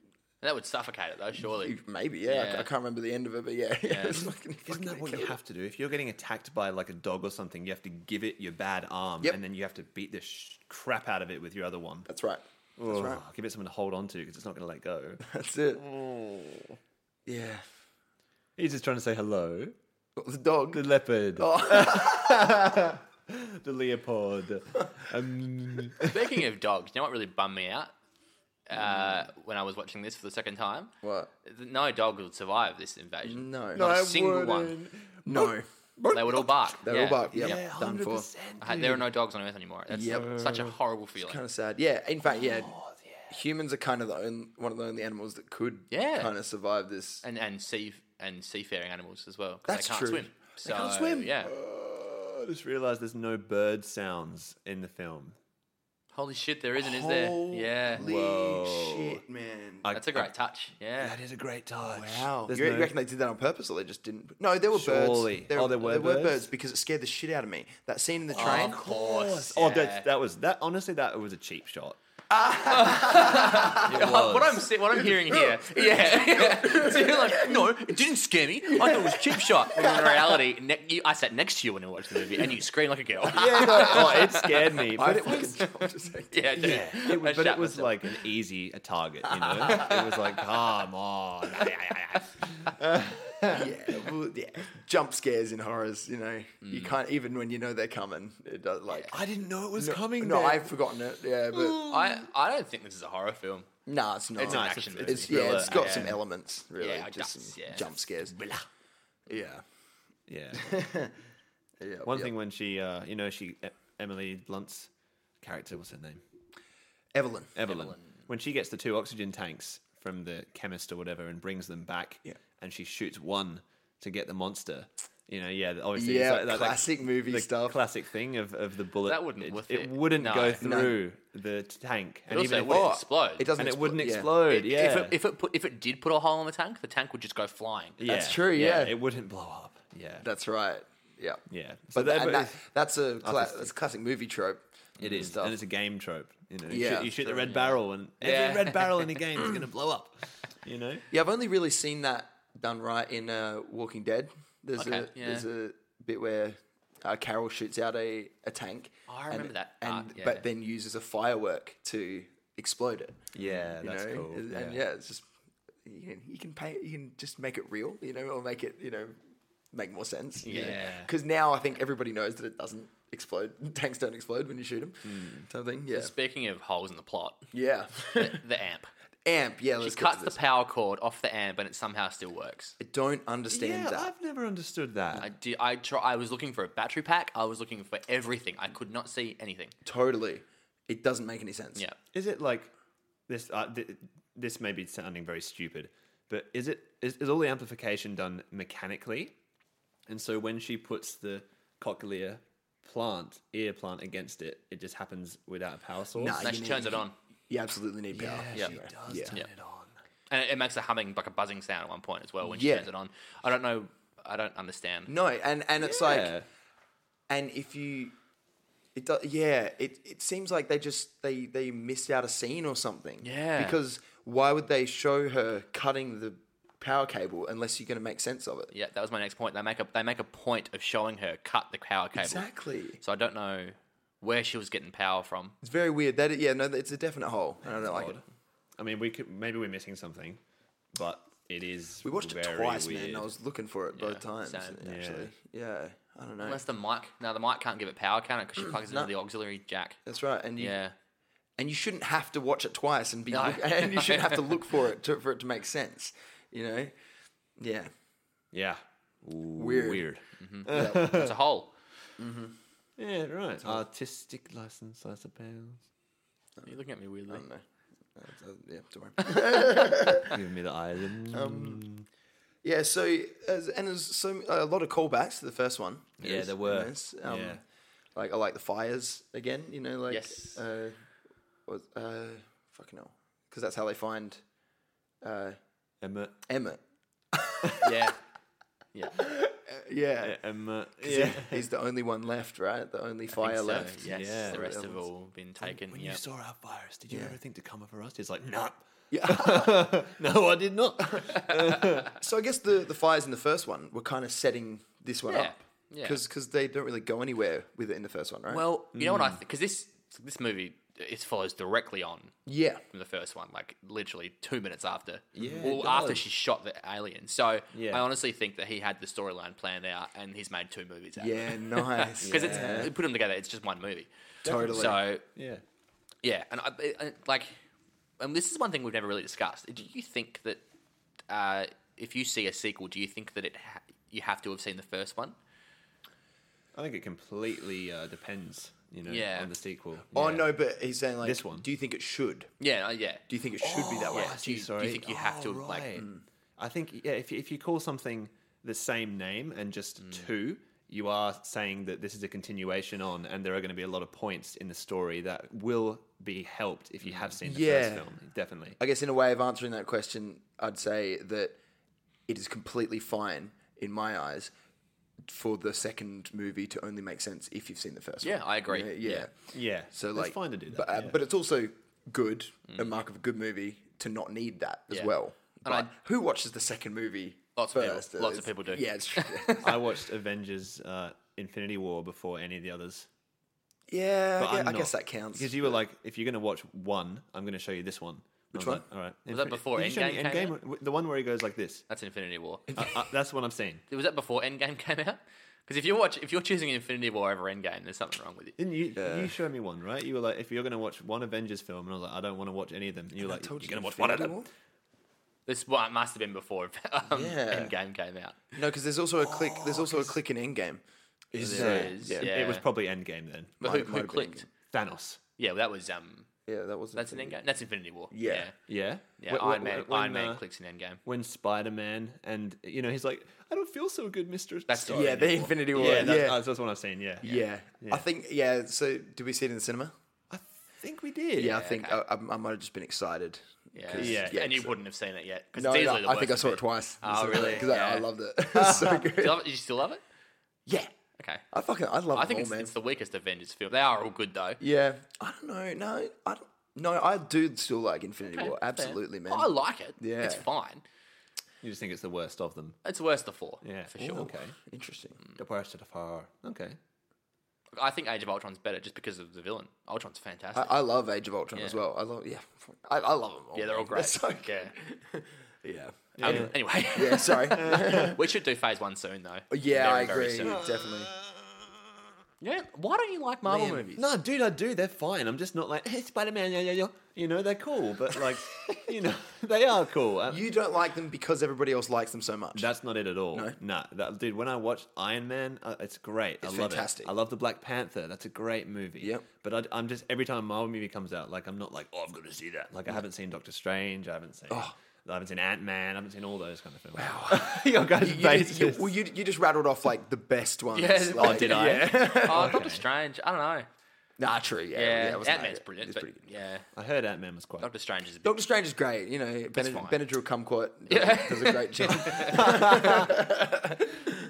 That would suffocate it though, surely. Maybe, yeah. I- I, Yeah. can't remember the end of it, but yeah. yeah. it was fucking- Isn't fucking that what you killer. have to do? If you're getting attacked by like a dog or something, you have to give it your bad arm, Yep. and then you have to beat the sh- crap out of it with your other one. That's right. That's Ugh, right. Give it something to hold on to because it's not going to let go. That's it. Yeah. He's just trying to say hello. Well, the dog. The leopard. Oh. the leopard. Um, Speaking of dogs, you know what really bummed me out uh, when I was watching this for the second time? Mm. What? Th- No dog would survive this invasion. No. Not a single one. No. They would all bark. They yeah. all bark. Yeah. Yeah, Done hundred for. percent. I- there are no dogs on Earth anymore. That's Yep. such a horrible feeling. Kind of sad. Yeah. In fact, yeah. Oh, Humans are kind of the only, one of the only animals that could Yeah. kind of survive this. and and sea and seafaring animals as well. 'cause That's they can't true. swim. They So, can't swim. Yeah. I just realized there's no bird sounds in the film. Holy shit, there isn't, is there? Yeah. Holy Whoa. shit, man. I- That's a great touch. Yeah. That is a great touch. Wow. There's You, re- you no- reckon they did that on purpose or they just didn't? No, there were Surely. birds. There, Oh, there were There were birds? birds because it scared the shit out of me. That scene in the train. Of course. Oh, yeah. that, that was that. Honestly, that was a cheap shot. It What was. I'm se- what I'm hearing here, yeah. so you're like, no, it didn't scare me. I thought it was cheap shot. When in reality, ne- you, I sat next to you when we watched the movie, and you screamed like a girl. yeah, no, oh, it scared me. But I it was, fucking dropped his head. yeah, dude. yeah, it I was, but shat it was myself. like an easy a target. You know, it was like, come on. yeah, well, yeah. Jump scares in horrors, you know, you can't even when you know they're coming. It does like Mm. I didn't know it was no, coming. No, there. I've forgotten it. Yeah, but I, I don't think this is a horror film. Nah, it's not. It's not. action It's, movie. It's- it's a yeah, thriller. it's got Yeah. some elements, really. Yeah, I just guess, some yeah. jump scares. Yeah. Yeah. yeah One yeah. thing when she, uh, you know, she E- Emily Blunt's character, what's her name? Evelyn. Evelyn. When she gets the two oxygen tanks from the chemist or whatever and brings them back, Yeah. and she shoots one to get the monster. You know, yeah, obviously, it's Yeah, like- like- like classic movie the stuff. classic thing of, of the bullet. That wouldn't it, worth it it. wouldn't No. go No. through the t- tank, and also even it if wouldn't it, Oh, explode. It doesn't and it expl- wouldn't yeah. explode. Yeah, If it, if it put if it did put a hole in the tank, the tank would just go flying. yeah. That's true, yeah. it wouldn't blow up. Yeah, That's right. Yeah. yeah. So But, that- that, and that, that's a cla- Artistic. that's a classic movie trope. It is, stuff. and it's a game trope. You know, you Yeah, shoot, you shoot the sure, red barrel, and Yeah. every red barrel in a game is going to blow up. You know, Yeah, I've only really seen that done right in uh, Walking Dead. There's a Okay, yeah. there's a bit where uh, Carol shoots out a, a tank. Oh, I remember and, that And part, yeah. but then uses a firework to explode it. yeah, you know? And and yeah, it's just you can, you can pay you can just make it real, you know, or make it you know make more sense. Yeah. Because now I think everybody knows that it doesn't explode. Tanks don't explode when you shoot them. Something. Yeah. Speaking of holes in the plot, Yeah. the, the amp. Amp. Yeah. She Let's cut cuts to the this. power cord off the amp, and it somehow still works. I don't understand Yeah, that. I've never understood that. I did, I try, I was looking for a battery pack. I was looking for everything. I could not see anything. Totally. It doesn't make any sense. Yeah. is it like this? Uh, th- this may be sounding very stupid, but is it is, is all the amplification done mechanically? And so when she puts the cochlear plant ear plant against it, it just happens without a power source. Nah, Now you she need- turns it on, You absolutely need power. Yeah, Yeah. she does Yeah. turn Yeah. it on. and it, it makes a humming, like a buzzing sound at one point as well when she Yeah. turns it on. I don't know. I don't understand. No, and and it's Yeah. like, and if you, it do, yeah, it it seems like they just they they missed out a scene or something. Yeah. Because why would they show her cutting the power cable unless you're going to make sense of it? Yeah, that was my next point. They make a they make a point of showing her cut the power cable. Exactly. So I don't know where she was getting power from. It's very weird. That yeah, no, it's a definite hole. and I don't like it. Odd. I mean, we could maybe we're missing something, but it is. We watched it very twice, weird. man. I was looking for it both times. same. Yeah. Actually, yeah. I don't know. Unless the mic. No, the mic can't give it power, can it? Because she plugs it into the auxiliary jack. That's right. And you, Yeah. and you shouldn't have to watch it twice and be look- and you shouldn't have to look for it to, for it to make sense. You know, yeah, Yeah. Weird. Weird. It's a hole. Yeah, right. Artistic license, I suppose. You're looking at me weirdly. I don't know. Uh, uh, yeah, don't worry. Give me the island. Oh. yeah, so as, and there's so a lot of callbacks to the first one. Yeah, Yes, there were. in this. Um, Yeah. like I like the fires again. You know, like Yes. uh, was, uh, fucking hell, because that's how they find uh, Emma. Emmett. Yeah. Yeah. Yeah, Emma. yeah. Yeah. he's the only one left, right? The only I Um, fire think so, left. Yes. Yeah. The rest have Elements. all been taken. When yeah. you saw our virus, did you Yeah. ever think to come over us? It's like, no. Yeah. No, I did not. So I guess the, the fires in the first one were kind of setting this one Yeah, up yeah. because they don't really go anywhere with it in the first one, right? Well, you know what I think? Because this this movie it follows directly on yeah, from the first one, like literally two minutes after. Yeah, Well, it after does. she shot the alien. So Yeah. I honestly think that he had the storyline planned out, and he's made two movies out. yeah, nice. Because Yeah. it's put them together, it's just one movie. totally So yeah. yeah, and I, I- I- like, and this is one thing we've never really discussed. Do you think that uh, if you see a sequel, do you think that it ha- you have to have seen the first one? I think it completely uh, depends, you know, Yeah. on the sequel. Oh Yeah. no, but he's saying like This one. Do you think it should? Yeah, uh, yeah. Do you think it should be that way? Oh, I see, Do you- do you sorry. Oh, think you have to, like- I think yeah, if if you call something the same name and just two, you are saying that this is a continuation on, and there are going to be a lot of points in the story that will be helped if you have seen the Yeah. first film. Definitely. I guess in a way of answering that question, I'd say that it is completely fine in my eyes for the second movie to only make sense if you've seen the first Yeah, one. I agree. You know, Yeah. yeah. Yeah. So it's like, fine to do that. but, uh, yeah. but it's also good, a mark of a good movie, to not need that as Yeah. well. And But I- who watches the second movie? Lots of people. first? Lots of It's- people do. Yeah, it's true. I watched Avengers: uh, Infinity War before any of the others. yeah, But I, I'm gue- I guess not. that counts. Because you were like, if you're going to watch one, I'm going to show you this one. Which one? All right. Was that before Did you show me Endgame came Endgame? The one where he goes like this. That's Infinity War. Uh, uh, that's what I'm saying. Was that before Endgame came out? Because if you watch, if you're choosing Infinity War over Endgame, there's something wrong with you. Didn't you? Yeah. You showed me one, right? You were like, if you're going to watch one Avengers film, and I was like, I don't want to watch any of them. And you were like, you're going to watch one of Infinity War? them. This well, it must have been before um, Yeah. Endgame came out. No, because there's also a click. There's also a click in Endgame. Is there? there? Yeah. It was probably Endgame then. Might- But who, might who have been clicked? Thanos. Yeah, well, that was um, Yeah, that was. that's an Endgame. That's Infinity War. Yeah. yeah, Yeah. Yeah, Wh- wh- Iron Man. wh- when, Iron Man uh, clicks in Endgame. when Spider Man and you know he's like, I don't feel so good, Mister. That's Stark." the- Yeah, the Infinity War. yeah, Yeah, that's, yeah. uh, that's what I've seen. Yeah. I think. Yeah. So, did we see it in the cinema? I think we did. Yeah, I Yeah, think okay. I, I, I might have just been excited. Yeah. 'cause- yeah, and you so- wouldn't have seen it yet because No, it's no, easily the I think I worst saw it movie. twice. Oh, really? Because I, Yeah. loved it. It's so Do you, good. love it? you still love it? Yeah, Okay. I fucking I love I it think all, it's, man. it's the weakest Avengers film. They are all good though. Yeah, I don't know. No, I don't, no, I do still like Infinity Okay, War. fair. Oh, Absolutely, man. I like it. Yeah. It's fine. You just think it's the worst of them. It's worse than four. Yeah. For sure. Okay. Interesting. Mm. The worst of the far. Okay. I think Age of Ultron's better just because of the villain. Ultron's fantastic. I, I love Age of Ultron as Yeah. well. I love. Yeah, I, I love them all. yeah, they're all man. great. so good. yeah. Yeah. Yeah. Um, anyway, Yeah. Sorry. yeah, we should do Phase One soon though. I Very, very agree. soon. Definitely. Yeah. Why don't you like Marvel movies? No, dude, I do. They're fine. I'm just not like hey, Spider Man. Yeah, yeah, yeah. You know, they're cool, but like, you know, they are cool. Uh, You don't like them because everybody else likes them so much. That's not it at all. No? Nah, that, dude. When I watch Iron Man, uh, it's great. It's I love fantastic. it. I love the Black Panther. That's a great movie. Yep. But I, I'm just every time a Marvel movie comes out, like I'm not like, oh, I've got to see that. Like I haven't seen Doctor Strange. I haven't seen. Oh. I haven't seen Ant Man. I haven't seen all those kind of films. Wow. Your guys' You- you, faces. just- you, well, you, you just rattled off like the best ones. Yeah. Oh, like- did I? Yeah. Oh, Doctor Strange. I don't know. nah, true. Yeah, Yeah, it was Ant like Man's it. brilliant. It's but pretty good. Yeah, I heard Ant Man was quite. Doctor Strange is a bit. Doctor Strange is great. You know, ben- fine. Benadryl Kumquat does, Yeah. uh, does a great job.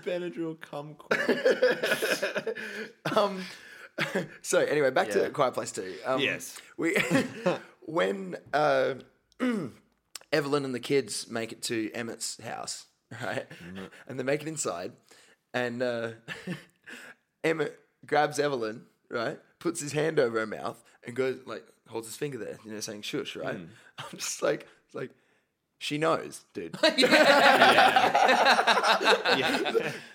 Benadryl Kumquat. So anyway, back Yeah. to Quiet Place Two. Um, Yes. we when uh, Evelyn and the kids make it to Emmett's house, right? Mm-hmm. And they make it inside, and uh, Emmett grabs Evelyn, right? Puts his hand over her mouth and goes like holds his finger there, you know, saying "shush," right? Mm. I'm just like, it's like she knows, dude.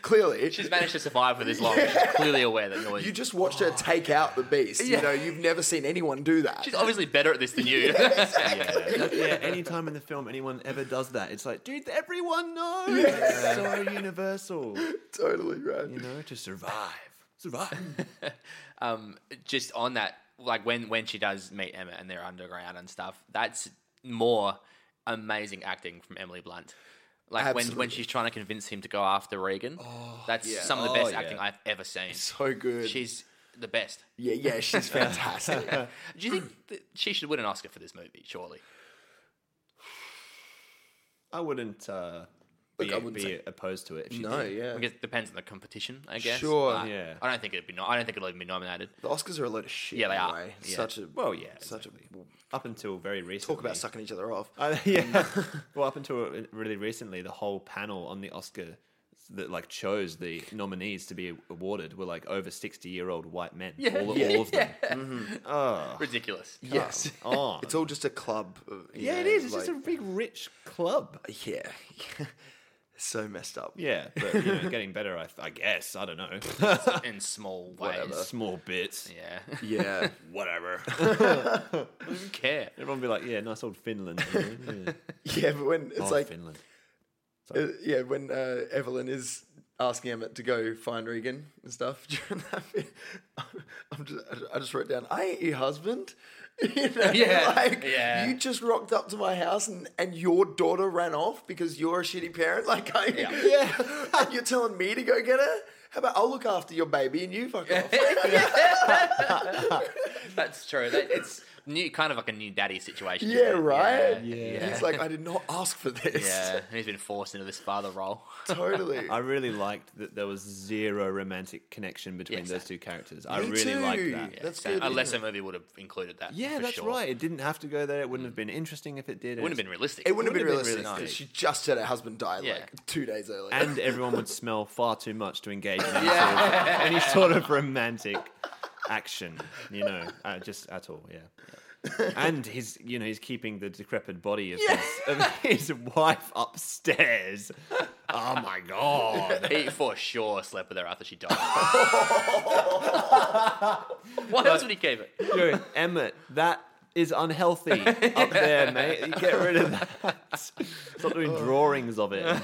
Clearly, She's managed to survive for this long. She's clearly aware that noise. you just watched her take out the beast. You know, you've never seen anyone do that. She's obviously better at this than you. yeah. yeah. Any time in the film anyone ever does that, it's like, dude, everyone knows. It's so universal. totally right. You know, to survive, survive. um, just on that, like when when she does meet Emma and they're underground and stuff, that's more amazing acting from Emily Blunt. Like when when Absolutely. she's trying to convince him to go after Regan, that's some of the Oh, best yeah. acting I've ever seen. So good. She's the best. yeah, yeah, she's fantastic. Do you think that she should win an Oscar for this movie? Surely. I wouldn't uh, Look, be, I wouldn't be say- opposed to it. If she no, did. yeah. I guess it depends on the competition, I guess. Sure. but Yeah. I don't think it'd be. No- I don't think it'll even be nominated. The Oscars are a load of shit. Yeah, they are. anyway. Yeah. Such a Well, yeah. such a Up until very recently. talk about Mm. sucking each other off. Um, Uh, yeah. well, up until really recently, the whole panel on the Oscar that like chose the nominees to be awarded were like over sixty year old white men. Yeah. all, Yeah. all of them. Mm. Ah. Ridiculous. yes, Oh. it's all just a club. Of, you yeah, it know, is. It's like- just a big rich club. yeah, so messed up. Yeah, but you know, getting better. I, I guess I don't know. In small In ways. Small bits. Yeah. yeah. Whatever. Who care? Everyone be like, yeah, nice old Finland. you know? Yeah. yeah, but when it's Oh, like, Finland. uh, yeah, when uh, Evelyn is asking Emmett to go find Regan and stuff during that bit, I'm just, I just wrote down, I ain't your husband. You know, Yeah, like, yeah. You just rocked up to my house and, and your daughter ran off because you're a shitty parent. Like, I, yeah. and you're telling me to go get her? How about I'll look after your baby and you fuck off? That's true. That, it's new, kind of like a new daddy situation. yeah, isn't it? right? Yeah. Yeah. He's like, I did not ask for this. Yeah. And he's been forced into this father role. Totally. I really liked that there was zero romantic connection between Yes. those two characters. I Me really too. liked that. That's So, good, Unless isn't a movie would have included that. Yeah, for that's sure. right. It didn't have to go there. It wouldn't have been interesting if Mm. it did. It wouldn't have been realistic. it wouldn't have been would've realistic been 'cause realistic. she just had her husband die Yeah. like two days earlier. And everyone would smell far too much to engage in any, sort, of, any sort of romantic action, you know, uh, just at all. Yeah. And he's, you know, he's keeping the decrepit body of, his, of his wife upstairs oh my god. he for sure slept with her after she died. Why else would he keep it? Yo, Emmett, that is unhealthy up there, mate. You get rid of that. Stop doing drawings of it.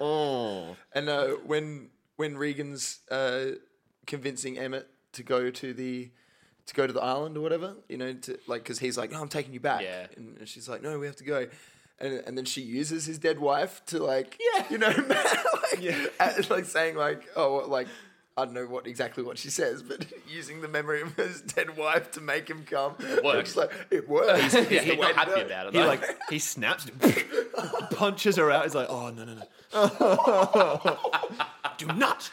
Oh. And uh, when when Regan's uh, convincing Emmett to go to the to go to the island or whatever, you know, to like because he's like, "No, I'm taking you back," Yeah. and and she's like, "No, we have to go," and and then she uses his dead wife to like, Yeah. you know, like, at- like saying like, "Oh, like." I don't know what exactly what she says, but using the memory of his dead wife to make him come it works. Like, it works. It's Yeah, the he's way not to do happy it. about it. He though. like he snaps, punches her out. He's like, "Oh no no no! Do not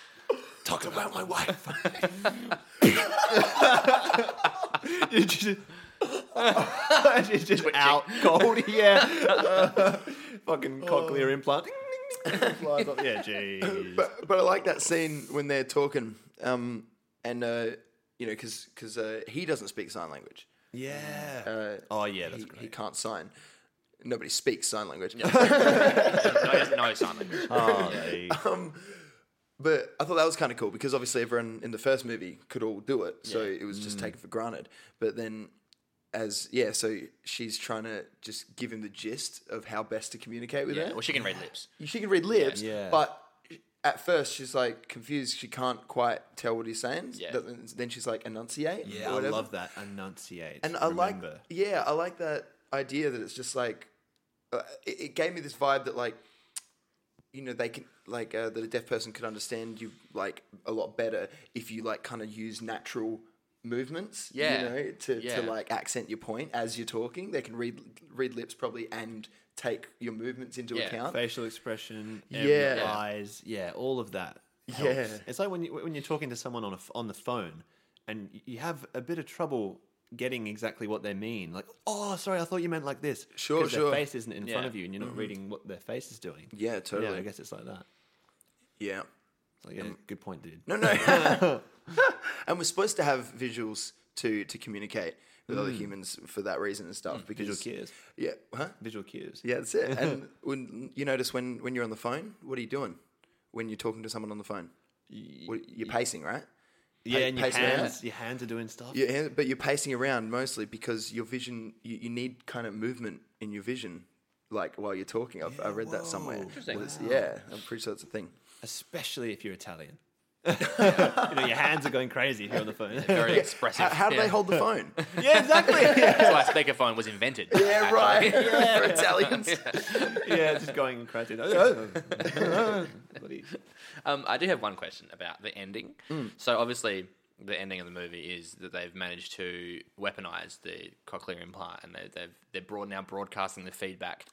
talk about my wife." You just, she's just out cold. Yeah, fucking Oh, cochlear implant. Flies up. Yeah, jeez. but, but I like that scene when they're talking, um, and uh, you know, because uh, he doesn't speak sign language. Yeah. Uh, oh yeah, that's he, great. he can't sign. Nobody speaks sign language. no, he doesn't know sign language. Oh, they- But I thought that was kind of cool because obviously everyone in the first movie could all do it, so it was Mm. just taken for granted. But then, as yeah, so she's trying to just give him the gist of how best to communicate with Yeah, her. well, she can read lips. she can read lips, Yeah. but at first she's like confused. She can't quite tell what he's saying. Yeah. Th- Then she's like enunciate. yeah, or I whatever. love that. Enunciate. And I like, remember. yeah, I like that idea that it's just like, uh, it, it gave me this vibe that like, you know, they can like uh, that a deaf person could understand you like a lot better if you like kind of use natural movements. Yeah. you know, to, Yeah. to like accent your point as you're talking. They can read read lips probably and take your movements into Yeah. account. facial expression, Yeah. yeah, eyes, yeah, all of that. Helps. Yeah. it's like when you when you're talking to someone on a f on the phone, and y- you have a bit of trouble getting exactly what they mean. Like, oh, sorry, I thought you meant like this. Sure, 'Cause sure. Their face isn't in front Yeah. of you, and you're not reading what their face is doing. Yeah, totally. Yeah, I guess it's like that. yeah. It's like, yeah, good point, dude. No, no. and we're supposed to have visuals to to communicate with other humans for that reason and stuff. because Visual cues. Yeah. Huh? Visual cues. Yeah, that's it. And when you notice when when you're on the phone, what are you doing? When you're talking to someone on the phone, What- you're pacing, right? Yeah, and your pace it out. hands, your hands are doing stuff. Yeah, but you're pacing around mostly because your vision. You, you need kind of movement in your vision, like while you're talking. I've, I read that somewhere. Interesting. Was- Yeah, I'm pretty sure that's a thing. especially if you're Italian. you know, your hands are going crazy if you're on the phone. Very expressive. How, how do they Yeah. hold the phone? yeah, exactly. That's why speakerphone was invented. yeah, right. For Italians. yeah, just going crazy. Bloody- Um, I do have one question about the ending. So obviously, the ending of the movie is that they've managed to weaponize the cochlear implant, and they, they've they're broad now broadcasting the feedback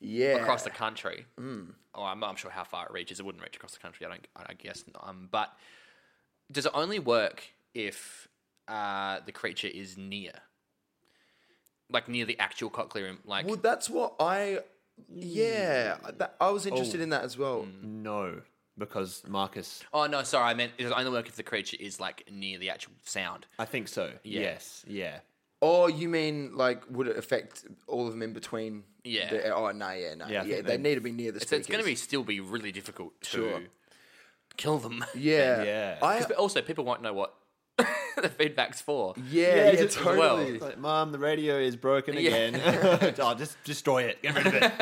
Yeah. across the country. Oh, I'm not sure how far it reaches. It wouldn't reach across the country. I don't. I guess. Um, but does it only work if uh, the creature is near, like near the actual cochlear? im- Like, Well, that's what I. Mm. Yeah, that, I was Oh. interested in that as well. no, because Marcus, oh no, sorry, I meant it does only work if the creature is like near the actual sound. I think so. Yes, yeah. Oh, you mean like would it affect all of them in between? Yeah. The, oh no, yeah, no, Yeah, yeah. I They, think they- need to be near the So it's going to be speakers. still be really difficult to Sure. kill them. Yeah, Yeah. I, 'Cause- But also, people won't know what the feedback's for. yeah, yeah, just- as well. totally. It's like, Mom, the radio is broken again. oh, just destroy it. Get rid of it.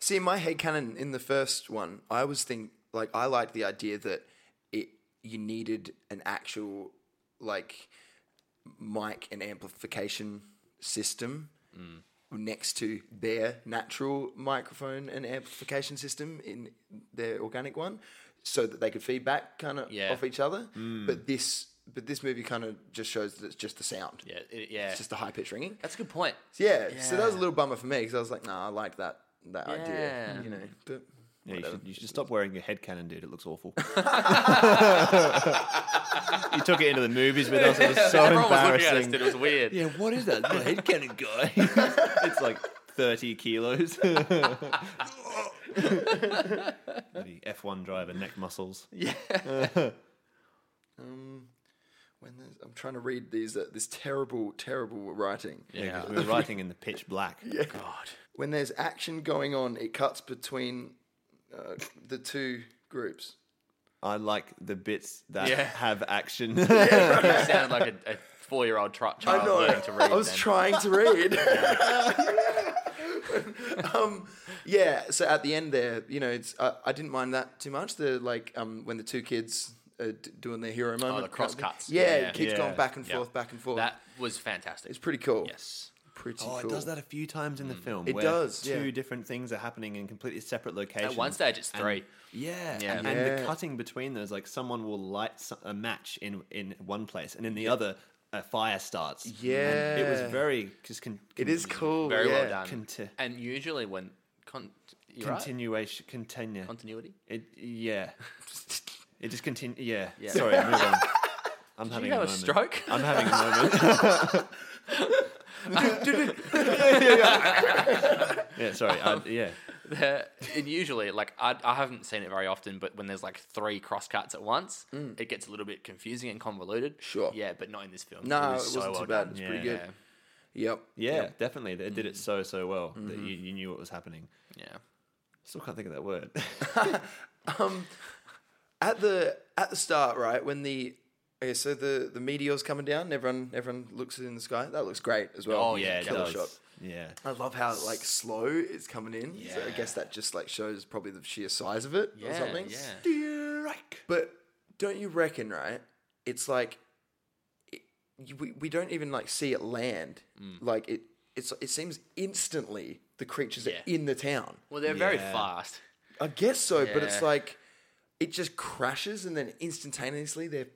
See, in my head canon in the first one, I was think like I liked the idea that it you needed an actual like mic and amplification system Mm. next to their natural microphone and amplification system in their organic one, so that they could feedback kind of Yeah. Mm. off each other. But this, but this movie kind of just shows that it's just the sound. Yeah, it- yeah. It's just the high pitch ringing. That's a good point. Yeah, so that was a little bummer for me because I was like, nah, I like that that idea, Yeah. you know. But Yeah, you, should, you should stop wearing your head cannon, dude. It looks awful. you took it into the movies with us. It was so Everyone was looking at us, embarrassing. dude. It was weird. Yeah, what is that? The head cannon guy. it's like 30 kilos. Bloody F1 driver, neck muscles. when there's, I'm trying to read these, uh, this terrible, terrible writing. Yeah, 'cause we were writing in the pitch black. God. When there's action going on, it cuts between uh, the two groups. I like the bits that Yeah. have action. It sounded like a, a four-year-old tr- child learning to read. I was then. trying to read. um, yeah. So at the end there, you know, it's I, I didn't mind that too much. The like um, when the two kids are d- doing their hero moment. Oh, the kind of thing. crosscuts. Yeah, Yeah. it keeps Yeah. going back and Yeah. forth, back and forth. That was fantastic. it's pretty cool. yes. Pretty Oh, cool. it does that a few times in the film. It where does, Two yeah. different things are happening in completely separate locations. At one stage, it's And- three. yeah, Yeah. And, and the Yeah. cutting between those, like someone will light so- a match in in one place, and in the other, a fire starts. and it was Yeah. very just con- It is cool. Very yeah. well done. Conti- and usually when con- you're right. continuation, continue. continuity. It yeah. It just continue. Yeah. Yeah. Sorry, move on. I'm Did having you have a, moment. stroke? I'm having a moment. yeah, sorry. I, yeah, They're- and usually, like I, I haven't seen it very often, but when there's like three cross cuts at once, it gets a little bit confusing and convoluted. Mm. Sure. Yeah, but not in this film. No, it, was was so not well too bad. done. It's pretty Yeah. good. Yep. yeah, Mm-hmm. definitely. They did it so so well that you, you knew what was happening. Yeah. Still can't think of that word. At the at the start, right when the okay, so the the meteor's coming down, and everyone everyone looks in the sky. That looks great as well. Oh, yeah, it killer does. shot. Yeah, I love how like slow it's coming in. So I Yeah. guess that just like shows probably the sheer size of it or Yeah, something. yeah. But don't you reckon, right? It's like it, you- we, we don't even like see it land. Mm. Like it it's it seems instantly the creatures Yeah. are in the town. Well, they're very Yeah. fast. I guess so, but it's Yeah. like it just crashes and then instantaneously they're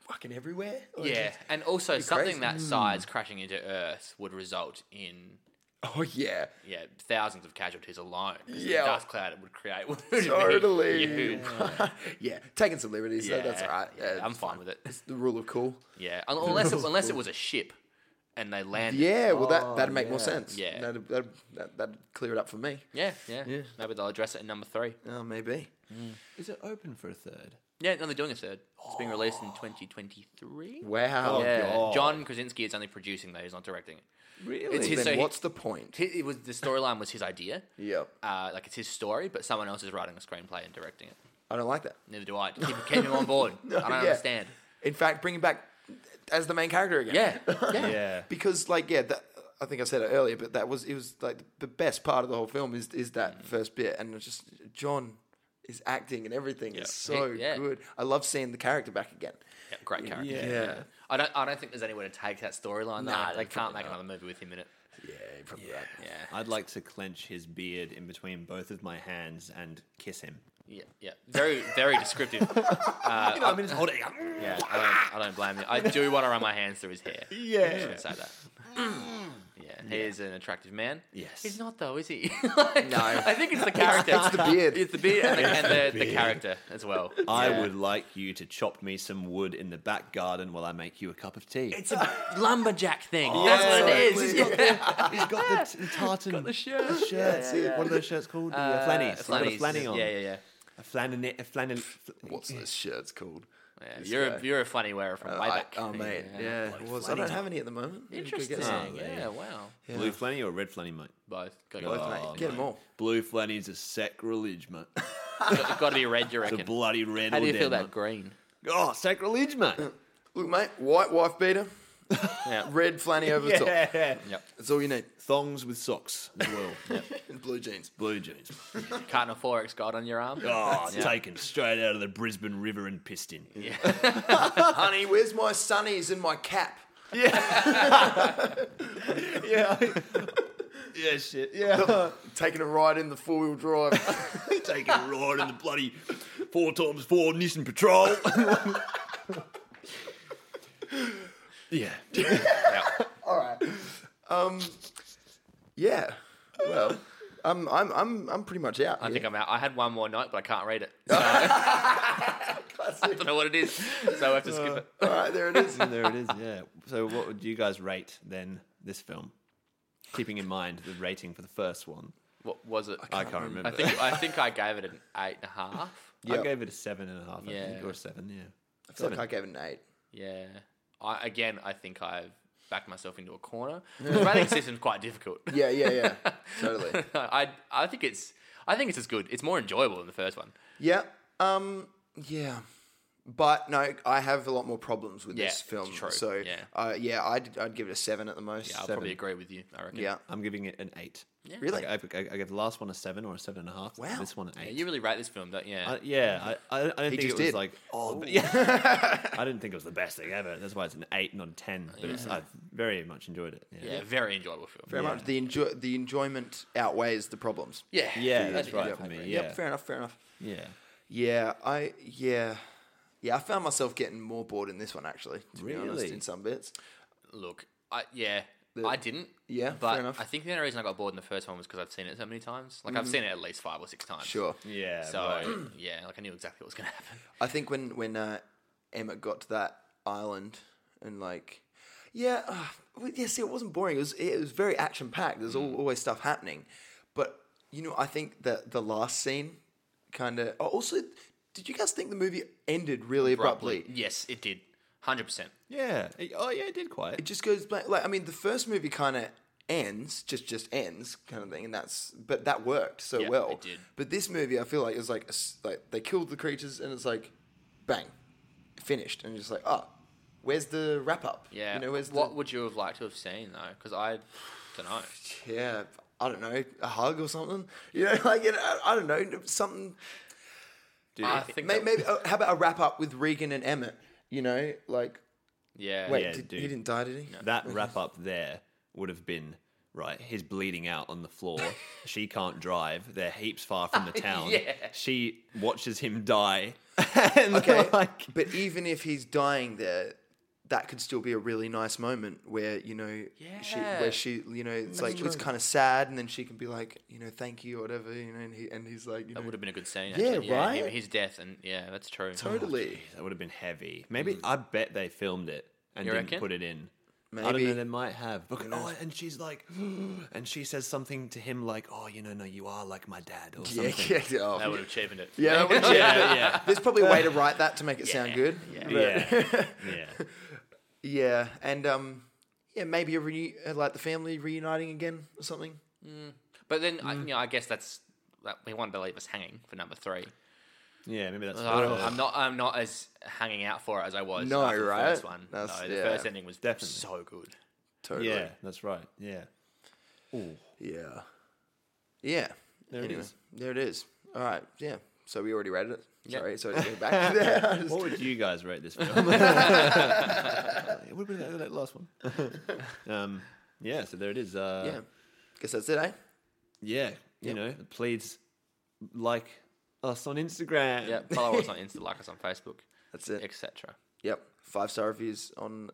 fucking everywhere. Like, Yeah, and also something Oh, crazy. Mm. that size crashing into Earth would result in Oh yeah. yeah thousands of casualties alone. 'cause Yeah. the dust cloud it would create would be Totally. huge. yeah. Taking some liberties, though, that's all right. Yeah, I'm it's fine with it. The rule of cool. Yeah, un- unless it, unless it was a ship, and they landed. Yeah, well, that, that'd make more yeah. sense. Yeah. That'd, that'd, that, that'd clear it up for me. Yeah, yeah, Maybe they'll address it in number three. Oh, maybe. is it open for a third? Yeah, no, they're doing a third. It's being released in 2023. Wow. Oh, yeah, God. John Krasinski is only producing though; he's not directing it. Really? It's his- Then so he- what's the point? He- It was the storyline was his idea. Yep. Uh, like it's his story, but someone else is writing a screenplay and directing it. I don't like that. Neither do I. Just keep, keep him on board. I don't yeah. understand. In fact, bring him back as the main character again. Yeah, yeah. yeah, Because, like, yeah, that, I think I said it earlier, but that was, it was like the best part of the whole film is, is Mm. that first bit. And it's just, John is acting and everything is so He- yeah. good. I love seeing the character back again. Yeah, Great character. Yeah. I don't. I don't think there's anywhere to take that storyline. Nah, though. they can't probably make another movie with him in it. Yeah, probably right. Yeah. I'd like to clench his beard in between both of my hands and kiss him. Yeah, yeah, very, very descriptive. Uh, you know, I mean, just hold it. Yeah, I don't, I don't blame you. I do want to run my hands through his hair. Yeah. I should say that. Yeah, he is an attractive man. Yes. he's not though, is he? Like, No. I think it's the character. It's the beard. It's the beard and, the, and the, the character as well. I Yeah. would like you to chop me some wood in the back garden while I make you a cup of tea. It's a lumberjack thing. That's what it is. He's got Yeah. the, he's got the, the tartan. The shirt. shirts. What are those shirts called? Uh, flannies. He's got a flannies. flanny on. Yeah, yeah, yeah. A flanny. A flanny. What's this shirt's called? yeah. This You're guy. a, you're a funny wearer from I, way back. oh, mate. Yeah. it was. I don't have any at the moment. You could Interesting. Get some. there you Yeah, wow. Blue flanny or red flanny, mate? Both. Got Both, to mate. Get them all. Blue flanny's a sacrilege, mate. got to be red, you The reckon? bloody red. How do you all feel dead, about green? mate. Oh, sacrilege, mate. Look, mate, white wife beater, Yeah. red flanny over the top. Yeah. Yep. That's all you need. Thongs with socks as well. And blue jeans. Blue jeans. Cardinal Forex guard on your arm. Oh, taken straight out of the Brisbane River and pissed in. Honey, where's my sunnies and my cap? Yeah. yeah, shit. Yeah. Taking a ride in the four wheel drive. Taking a ride in the bloody four times four Nissan Patrol. yeah. Yeah. yeah. Well, I'm, I'm, I'm, I'm pretty much out. I here. think I'm out. I had one more night, but I can't read it. So I don't know what it is. So I have to skip it. all right, there it is. There it is. Yeah. So, what would you guys rate then this film? Keeping in mind the rating for the first one, What was it? I can't remember. I think I think I gave it an eight and a half. I Yep. gave it a seven and a half. I think, Yeah. or seven. Yeah. I feel like I gave it an eight. Yeah. I again I think I've backed myself into a corner. The rating system's quite difficult. Yeah, yeah, yeah. totally. I I think it's I think it's as good. It's more enjoyable than the first one. Yeah. Um. Yeah. But no, I have a lot more problems with Yeah, this film. it's true. So Yeah. uh, yeah, I'd, I'd give it a seven at the most. Yeah, I'll Seven. probably agree with you. I reckon. Yeah. I'm giving it an eight. Yeah. Really? Like, I, I, I gave the last one a seven or a seven and a half. Wow. This one an Yeah, eight. you really rate this film, don't you? I, yeah, I, I, I don't think it just was did. like oh but yeah. I didn't think it was the best thing ever. That's why it's an eight, not a ten. But it's, I very much enjoyed it. yeah, very enjoyable film. Very Yeah. much. The enjoy the enjoyment outweighs the problems. Yeah, Yeah, that's I- right Yep. for me. Yep, Yeah. Fair enough. Fair enough. yeah. Yeah. I. Yeah. Yeah. I found myself getting more bored in this one actually. To be honest, Really? in some bits. Look, I yeah, I didn't. Yeah, fair but enough. Mm-hmm. I think the only reason I got bored in the first one was because I've seen it so many times. Like I've seen it at least five or six times. Sure. Yeah. So right. yeah, like I knew exactly what was gonna happen. I think when when uh, Emma got to that island and like, yeah, uh, well, yeah. See, it wasn't boring. It was it was very action packed. There's al always stuff happening, but you know, I think that the last scene kind of also. Did you guys think the movie ended really abruptly? Yes, it did. Hundred percent. Yeah. It- Oh yeah, it did quite. It just goes blank. Like I mean, the first movie kind of ends, just just ends, kind of thing, and that's but that worked so Yeah, well. it did. But this movie, I feel like it's like a s- like they killed the creatures, and it's like, bang, finished, and you're just like, oh, where's the wrap up? Yeah. you know, where's what would you have liked to have seen though? Because I don't know. the yeah. I don't know, a hug or something. You know, like you know, I- I don't know, something. Dude, I think Maybe, that- maybe oh, how about a wrap up with Regan and Emmett? You know, like Oh, Yeah. wait, Yeah, did, he dude. didn't die, did he? that wrap up there would have been right. He's bleeding out on the floor. she can't drive. They're heaps far from the town. Yeah. She watches him die. and Okay. like But even if he's dying there, that could still be a really nice moment where you know, she, Yeah. where she, you know, it's like it's kind of sad, and then she can be like, you know, thank you or whatever, you know, and, he, and he's like, you know, That would have been a good scene. Yeah, actually. right? him- His death and yeah, that's true. totally. that would have been heavy. Maybe I bet they filmed it and You didn't reckon? put it in. I don't Maybe. know. They might have. Because, oh, and she's like, and she says something to him like, "Oh, you know, no, you are like my dad." Or yeah, something. yeah, yeah. oh. That would have cheapened it. Yeah, that would've- yeah, yeah, There's probably a way to write that to make it sound Yeah, good. yeah. But- yeah, yeah. yeah, and um, yeah, maybe a re- uh, like the family reuniting again or something. But then Mm. I, you know, I guess that's that we wanted to leave us hanging for number three. Yeah, maybe that's. I what it don't- is. I'm not. I'm not as hanging out for it as I was. No, after right? The first one. That's- no, the yeah. first ending was Definitely. so good. Totally. Yeah, that's right. Yeah. Ooh. Yeah. Yeah. There it anyway, is. There it is. All right. Yeah. So we already rated it. Yeah. Sorry. So it's going back there. I just- What would you guys rate this film? it would have been that last one. um, yeah, so there it is. Uh, yeah. Guess that's it, eh? yeah, you know, please like us on Instagram. Yeah, follow us on Insta, like us on Facebook, That's it. etc. Yep. Five star reviews on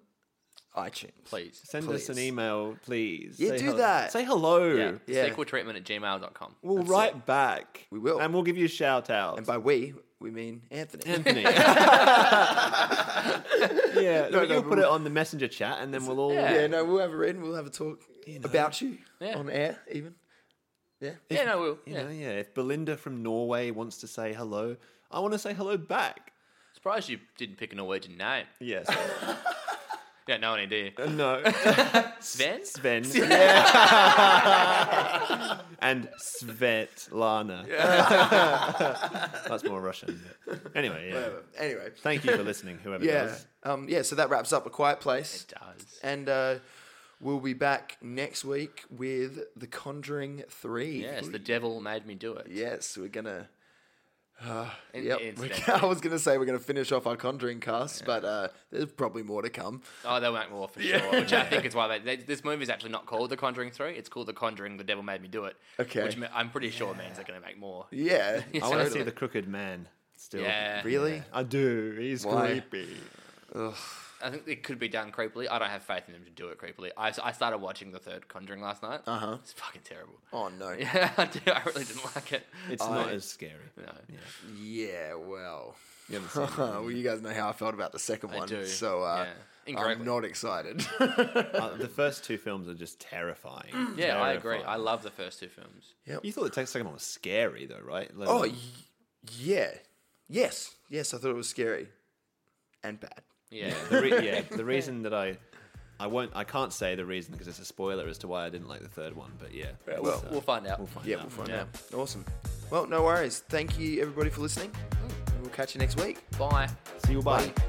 iTunes. Please. Send us an Please. email, please. Yeah, do that. Say hello. Yeah. Yeah. Sequel treatment at gmail.com. We'll write back. We will. And we'll give you a shout out. And by we, we mean Anthony. Anthony. yeah, No, no, you'll but put it we'll- on the messenger chat and then we'll all. Yeah. yeah, no, we'll have a read and we'll have a talk about you Yeah. on air, even. Yeah. Yeah, no, we'll. You yeah. know, yeah. If Belinda from Norway wants to say hello, I want to say hello back. Surprised you didn't pick a Norwegian name. Yes. You don't know any, do you? no. Sven? Sven. Yeah. and Svetlana. That's more Russian. but- Anyway, yeah. Whatever. Anyway. Thank you for listening, whoever Yeah. does. Um, yeah, so that wraps up A Quiet Place. It does. And uh, we'll be back next week with The Conjuring 3. Yes, the devil made me do it. Yes, we're going to. In- Yep. incidentally. We're- I was going to say we're going to finish off our Conjuring cast, but uh, there's probably more to come. Oh, they'll make more for sure. Which I think is why they, they, this movie is actually not called The Conjuring Three. It's called The Conjuring: The Devil Made Me Do It. Okay. Which me- I'm pretty sure means they're going to make more. Yeah. I want to see totally. the crooked man still. Yeah. Really? I do. He's Why? creepy. I think it could be done creepily. I don't have faith in them to do it creepily. I, I started watching the third Conjuring last night. Uh Uh-huh. huh. It's fucking terrible. Oh, no. Yeah, I do. I really didn't like it. It's not as scary. No. Yeah, well, You haven't seen it. well, you guys know how I felt about the second one, do, so uh, I'm yeah. Incorrectly. not excited. Uh, the first two films are just terrifying. Yeah, I agree. I Terrifying. love the first two films. You thought the second one was scary, though, right? Like, oh, y- yeah, yes, yes, I thought it was scary and bad. Yeah. the re- yeah. The reason that I, I won't, I can't say the reason because it's a spoiler as to why I didn't like the third one. But yeah, we'll, we'll find out. we'll find Yeah, out. we'll find Yeah. out. Awesome. Mm. Well, no worries. Thank you, everybody, for listening. We'll catch you next week. Bye. See you. Bye. Bye.